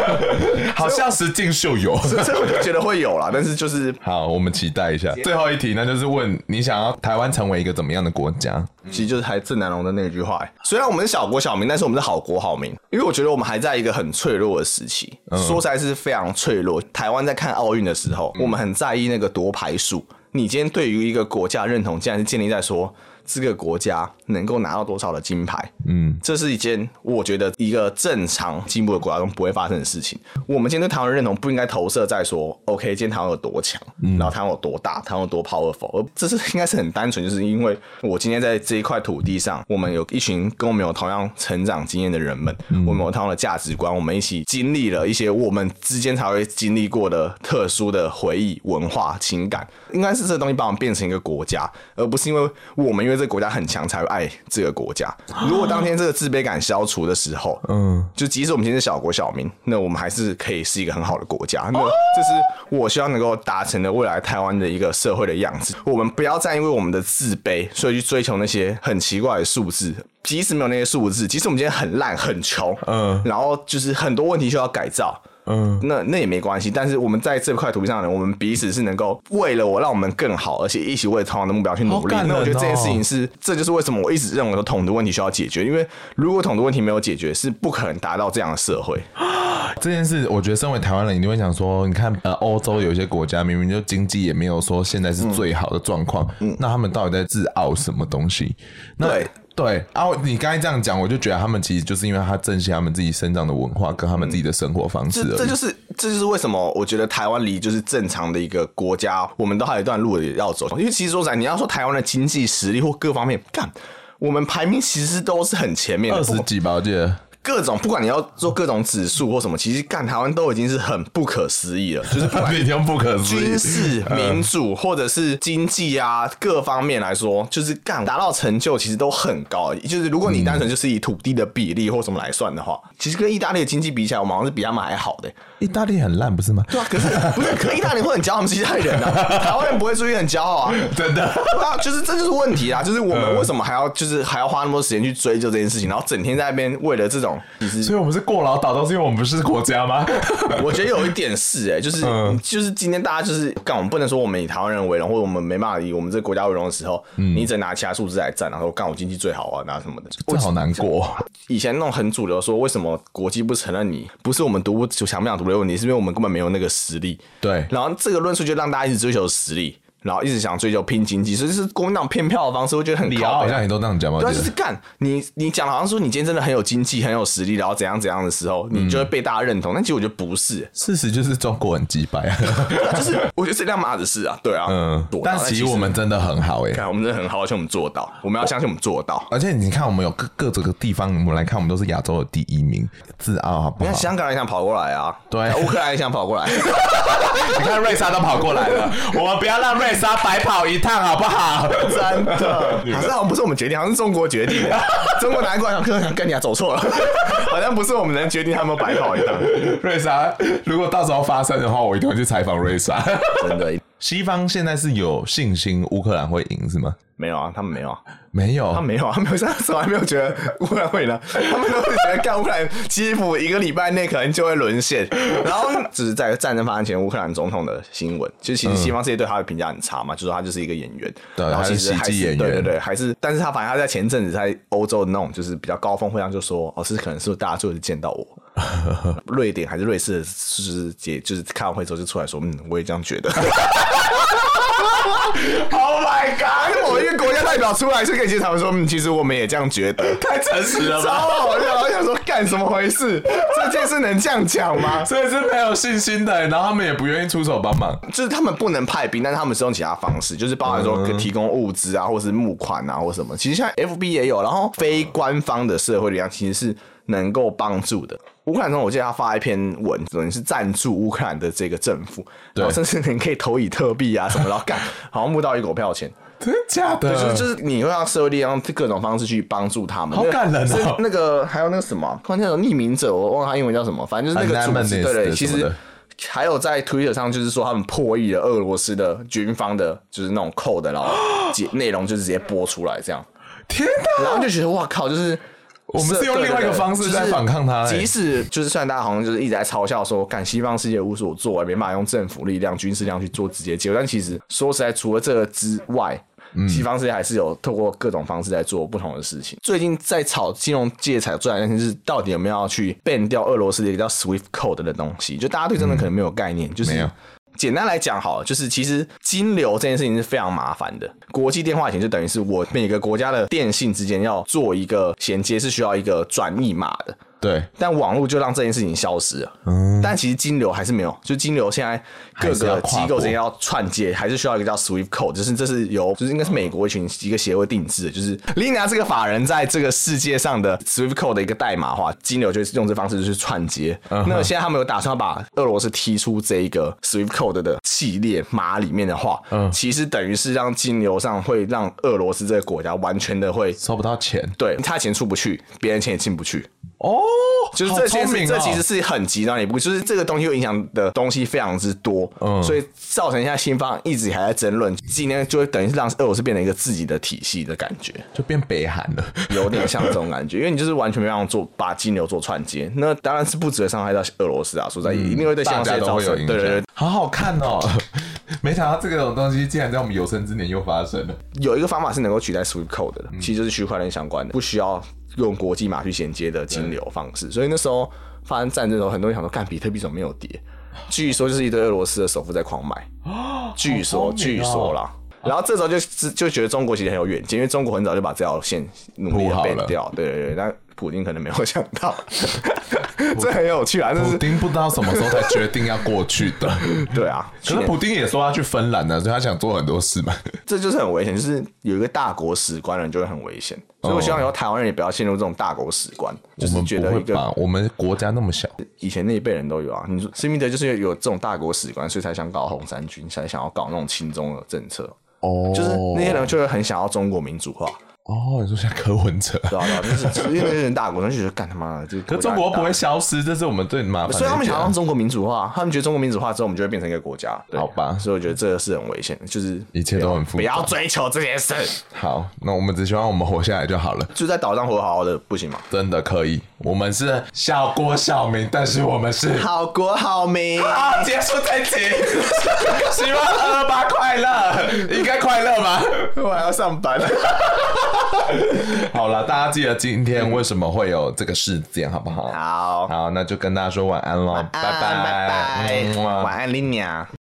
Speaker 5: 好像石敬秀有。
Speaker 7: 所以我就觉得会有啦，但是就是
Speaker 5: 好，我们期待 一下。最后一题，那就是问你想要台湾成为一个怎么样的国家？
Speaker 7: 其实就是还郑南龙的那句话、欸，虽然我们是小国小民，但是我们是好国好民，因为我觉得我们还在一个很脆弱的时期，说起来是非常脆弱。台湾在看奥运的时候，我们很在意那个夺牌数。你今天对于一个国家的认同，竟然是建立在说这个国家能够拿到多少的金牌，
Speaker 5: 嗯，
Speaker 7: 这是一件我觉得一个正常进步的国家中不会发生的事情。我们今天对台湾的认同不应该投射在说，OK，今天台湾有多强，然后台湾有多大，台湾有多 powerful，而这是应该是很单纯，就是因为我今天在这一块土地上，我们有一群跟我们有同样成长经验的人们，我们有同样的价值观，我们一起经历了一些我们之间才会经历过的特殊的回忆、文化、情感，应该是这东西把我们变成一个国家，而不是因为我们因为这个国家很强才会爱这个国家。如果当天这个自卑感消除的时候，嗯，就即使我们今天是小国小民，那我们还是可以是一个很好的国家。那这是我希望能够达成的未来台湾的一个社会的样子。我们不要再因为我们的自卑，所以去追求那些很奇怪的数字。即使没有那些数字，即使我们今天很烂很穷，嗯，然后就是很多问题需要改造，嗯，那那也没关系。但是我们在这块土地上的人，我们彼此是能够为了我让我们更好，而且一起为同样的目标去努力。
Speaker 5: 好感人哦
Speaker 7: 那我觉得这件事情是，这就是为什么我一直认为说统独问题需要解决，因为如果统独问题没有解决，是不可能达到这样的社会。
Speaker 5: 这件事，我觉得身为台湾人，一定会想说，你看，呃，欧洲有一些国家明明就经济也没有说现在是最好的状况，那他们到底在自傲什么东西？那
Speaker 7: 嗯对
Speaker 5: 对，然、后你刚才这样讲，我就觉得他们其实就是因为他珍惜他们自己生长的文化跟他们自己的生活方式而已。
Speaker 7: 这这就是这就是为什么我觉得台湾离就是正常的一个国家，我们都还有一段路要走。因为其实说实在，你要说台湾的经济实力或各方面，干我们排名其实都是很前面的，
Speaker 5: 二
Speaker 7: 不
Speaker 5: 十
Speaker 7: 管
Speaker 5: 几吧，我记得。
Speaker 7: 各种不管你要做各种指数或什么，其实干台湾都已经是很不可思议了，就是不管
Speaker 5: 你听不可思
Speaker 7: 军
Speaker 5: 议，
Speaker 7: 事、民主或者是经济啊各方面来说，就是干达到成就其实都很高。就是如果你单纯就是以土地的比例或什么来算的话，其实跟意大利的经济比起来，我们好像是比他们还好的、
Speaker 5: 意大利很烂，不是 吗？
Speaker 7: 对啊，可是不是？可意大利会很骄傲，我们是意大利人啊，台湾人不会注意很骄傲啊。
Speaker 5: 真的，
Speaker 7: 对啊，就是这就是问题啊！就是我们为什么还要就是还要花那么多时间去追究这件事情，然后整天在那边为了这种，其实
Speaker 5: 所以我们是过劳倒都是因为我们不是国家吗？
Speaker 7: 我觉得有一点是哎、就是、
Speaker 5: 嗯
Speaker 7: 就是今天大家就是干，我们不能说我们以台湾人为荣，或者我们没办法以我们这个国家为荣的时候，
Speaker 5: 嗯
Speaker 7: 你只拿其他数字来站，然后干我经济最好啊，拿什么的。
Speaker 5: 这好难过。
Speaker 7: 以前那种很主流说，为什么国际不承认你？不是我们独不想不想独立的问题，是因为我们根本没有那个实力。
Speaker 5: 对
Speaker 7: 然后这个论述就让大家一直追求实力，然后一直想追求拼经济，所以就是国民党骗票的方式，我觉得很
Speaker 5: 李敖
Speaker 7: 靠
Speaker 5: 好
Speaker 7: 北
Speaker 5: 像也都这样讲吧？
Speaker 7: 对
Speaker 5: 我
Speaker 7: 啊，
Speaker 5: 记
Speaker 7: 就
Speaker 5: 得
Speaker 7: 是干你，你讲得好像说你今天真的很有经济、很有实力，然后怎样怎样的时候，你
Speaker 5: 嗯
Speaker 7: 就会被大家认同。但其实我觉得不是，
Speaker 5: 事实就是中国很鸡掰啊。
Speaker 7: 就是我觉得这辆马子事啊，对啊，
Speaker 5: 嗯
Speaker 7: 做，到
Speaker 5: 但其实我们真的很好哎、
Speaker 7: 看我们真的很好，而且我们做到，我们要相信我们做到。
Speaker 5: 而且你看，我们有各各这个地方，我们来看，我们都是亚洲的第一名，自傲好不
Speaker 7: 你
Speaker 5: 好
Speaker 7: 看？香港人想跑过来啊，
Speaker 5: 对
Speaker 7: 乌克兰也想跑过来，
Speaker 5: 你看瑞莎都跑过来 了，我们不要让瑞莎白跑一趟，好不好？
Speaker 7: 真的，好像好像不是我们决定，好像是中国决定的。中国拿过来，想克想跟你啊，走错了， 好像不是我们能决定他们白跑一趟，
Speaker 5: 瑞莎，如果到时候发生的话，我一定会去采访瑞莎。
Speaker 7: 真的。
Speaker 5: 西方现在是有信心乌克兰会赢是吗？
Speaker 7: 没有啊，他们没有啊，
Speaker 5: 没有，
Speaker 7: 他没有啊，他没有，他从来没有觉得乌克兰会赢啊，他们都会觉得干乌克兰基辅一个礼拜内可能就会沦陷，然后只是在战争发生前乌克兰总统的新闻，其实其实西方世界对他的评价很差嘛，就说他就是一个演员，
Speaker 5: 嗯对啊
Speaker 7: 然后其实
Speaker 5: 他是
Speaker 7: 还
Speaker 5: 喜剧演员
Speaker 7: 对对对，还是，但是他反正他在前阵子在欧洲的那种就是比较高峰会上就说，哦，是可能是大家就是见到 我。瑞典还是瑞士的，就是也就是开完会之后就出来说，嗯，我也这样觉得。Oh my god！某一 个国家代表出来是可以接他们说，嗯，其实我们也这样觉得， 太诚实了吧？超好笑！我想说，干什么回 事？这件事能这样讲吗？
Speaker 5: 所以是没有信心的、欸然后他们也不愿意出手帮忙。
Speaker 7: 就是他们不能派兵，但是他们是用其他方式，就是包含说提供物资啊，或是募款啊，或什么。其实像 FB 也有，然后非官方的社会力量其实是能够帮助的。乌克兰中，我记得他发一篇文，等于是赞助乌克兰的这个政府，然后甚至你可以投以特币啊什么，然后干，好像募到一狗票钱。
Speaker 5: 真的假的？
Speaker 7: 对，就是就是你会让社会力量用各种方式去帮助他们，
Speaker 5: 好感人哦
Speaker 7: 是那个还有那个什么，关键有匿名者，我忘了他英文叫什么，反正就是那个组
Speaker 5: Anonymous
Speaker 7: 织，对对，
Speaker 5: 的
Speaker 7: 其
Speaker 5: 什么
Speaker 7: 实
Speaker 5: 的。
Speaker 7: 还有在 Twitter 上，就是说他们破译了俄罗斯的军方的，就是那种扣的，然后 解内容就是直接播出来这样，
Speaker 5: 天哪！
Speaker 7: 然后就觉得哇靠，就是
Speaker 5: 我们是用
Speaker 7: 对
Speaker 5: 另外一个
Speaker 7: 对对
Speaker 5: 方式在反抗他
Speaker 7: 就是
Speaker 5: 欸
Speaker 7: 即使就是虽然大家好像就是一直在嘲笑说，干西方世界无所作为，没办法用政府力量、军事力量去做直接介入，但其实说实在，除了这个之外。
Speaker 5: 嗯
Speaker 7: 西方世界还是有透过各种方式在做不同的事情。最近在炒金融界炒最大的事情是，到底有没有要去 ban 掉俄罗斯的一个叫 SWIFT code 的东西？就大家对真的可能没有概念，就是
Speaker 5: 没有
Speaker 7: 简单来讲好了，就是其实金流这件事情是非常麻烦的。国际电话险就等于是我每个国家的电信之间要做一个衔接，是需要一个转密码的。
Speaker 5: 对，
Speaker 7: 但网络就让这件事情消失了。但其实金流还是没有，就金流现在
Speaker 5: 嗯
Speaker 7: 各
Speaker 5: 还是要
Speaker 7: 个
Speaker 5: 跨
Speaker 7: 机
Speaker 5: 国
Speaker 7: 构之间要串接，还是需要一个叫 SWIFT code，就是这是由就是应该是美国一群一个协会定制的，就是 Lina 这个法人在这个世界上的 SWIFT code 的一个代码化，金流就是用这方式去串接。
Speaker 5: 嗯
Speaker 7: 那现在他们有打算把俄罗斯踢出这一个 SWIFT code 的系列码里面的话，
Speaker 5: 嗯
Speaker 7: 其实等于是让金流上会让俄罗斯这个国家完全的会。
Speaker 5: 收不到钱
Speaker 7: 对他钱出不去，别人钱也进不去，
Speaker 5: 哦，
Speaker 7: 就是
Speaker 5: 好
Speaker 7: 这些
Speaker 5: 聪
Speaker 7: 事，
Speaker 5: 明
Speaker 7: 这
Speaker 5: 哦
Speaker 7: 其实是很极端的一步，就是这个东西会影响的东西非常之多，
Speaker 5: 嗯
Speaker 7: 所以造成现在新方一直还在争论，今天就会等于是让俄罗斯变成一个自己的体系的感觉，
Speaker 5: 就变北韩了。
Speaker 7: 有点像这种 感觉，因为你就是完全没办法做把金流做串接，那当然是不止会伤害到俄罗斯啊，说实在也一定会对
Speaker 5: 嗯大
Speaker 7: 相
Speaker 5: 家
Speaker 7: 界
Speaker 5: 都
Speaker 7: 造
Speaker 5: 会有
Speaker 7: 成，
Speaker 5: 影
Speaker 7: 对
Speaker 5: 响，
Speaker 7: 对对，
Speaker 5: 好好看哦！ 没想到这种东西竟然在我们有生之年又发生了。
Speaker 7: 有一个方法是能够取代 Swift Code 的，
Speaker 5: 嗯
Speaker 7: 其实就是区块链相关的，不需要用国际码去衔接的金流方
Speaker 5: 嗯
Speaker 7: 式。所以那时候发生战争的时候，很多人想说，干比特币怎么没有 跌？据说就是一堆俄罗斯的首富在狂买，
Speaker 5: 哦
Speaker 7: 据说、据说啦。
Speaker 5: 啊
Speaker 7: 然后这时候就就觉得中国其实很有远见，因为中国很早就把这条线努力
Speaker 5: 铺
Speaker 7: 的
Speaker 5: 好
Speaker 7: 变
Speaker 5: 了
Speaker 7: 掉，对对对。但普京可能没有想 到，这很有趣啊，这
Speaker 5: 普
Speaker 7: 是
Speaker 5: 丁不知道什么时候才决定要过 去的，
Speaker 7: 对啊。去
Speaker 5: 可
Speaker 7: 年
Speaker 5: 是普丁也说要去芬兰呢、所以他想做很多事嘛。
Speaker 7: 这就是很危险，就是有一个大国史观的人就会很危险，所以我希望以后台湾人也不要陷入这种大国史观，
Speaker 5: 哦我
Speaker 7: 就是
Speaker 5: 们
Speaker 7: 觉
Speaker 5: 不
Speaker 7: 得
Speaker 5: 会
Speaker 7: 一个
Speaker 5: 吧？我们国家那么小，
Speaker 7: 以前那一辈人都有啊。你说施明德就是有这种大国史观，所以才想搞红三军，才想要搞那种亲中的政策，
Speaker 5: 哦
Speaker 7: 就是那些人就会很想要中国民主化，
Speaker 5: 哦，你说像柯文 哲，
Speaker 7: 知道吧？就是就是因 为那些人大国，他就觉得干他妈的，这个
Speaker 5: 可是
Speaker 7: 家
Speaker 5: 中国
Speaker 7: 很大
Speaker 5: 不会。啊消失，这是我们最麻烦的一点。
Speaker 7: 所以他们想要让中国民主化，他们觉得中国民主化之后，我们就会变成一个国家。对
Speaker 5: 好吧
Speaker 7: 所以我觉得这个是很危险的，就是
Speaker 5: 一切都很复杂
Speaker 7: 不要追求这件事，
Speaker 5: 好，那我们只希望我们活下来就好了。
Speaker 7: 就在岛上活好好的，不行吗？
Speaker 5: 真的可以，我们是小国小民，但是我们是
Speaker 7: 好国好民，
Speaker 5: 好，结束这集，希望二二八快乐，应该快乐吧？
Speaker 7: 我还要上班。
Speaker 5: 好了，大家记得今天为什么会有这个事件，好不好？
Speaker 7: 好，À,
Speaker 5: 好，那就跟大家说晚安喽，拜
Speaker 7: 拜拜，
Speaker 5: 嗯哇
Speaker 7: 晚安，林鸟。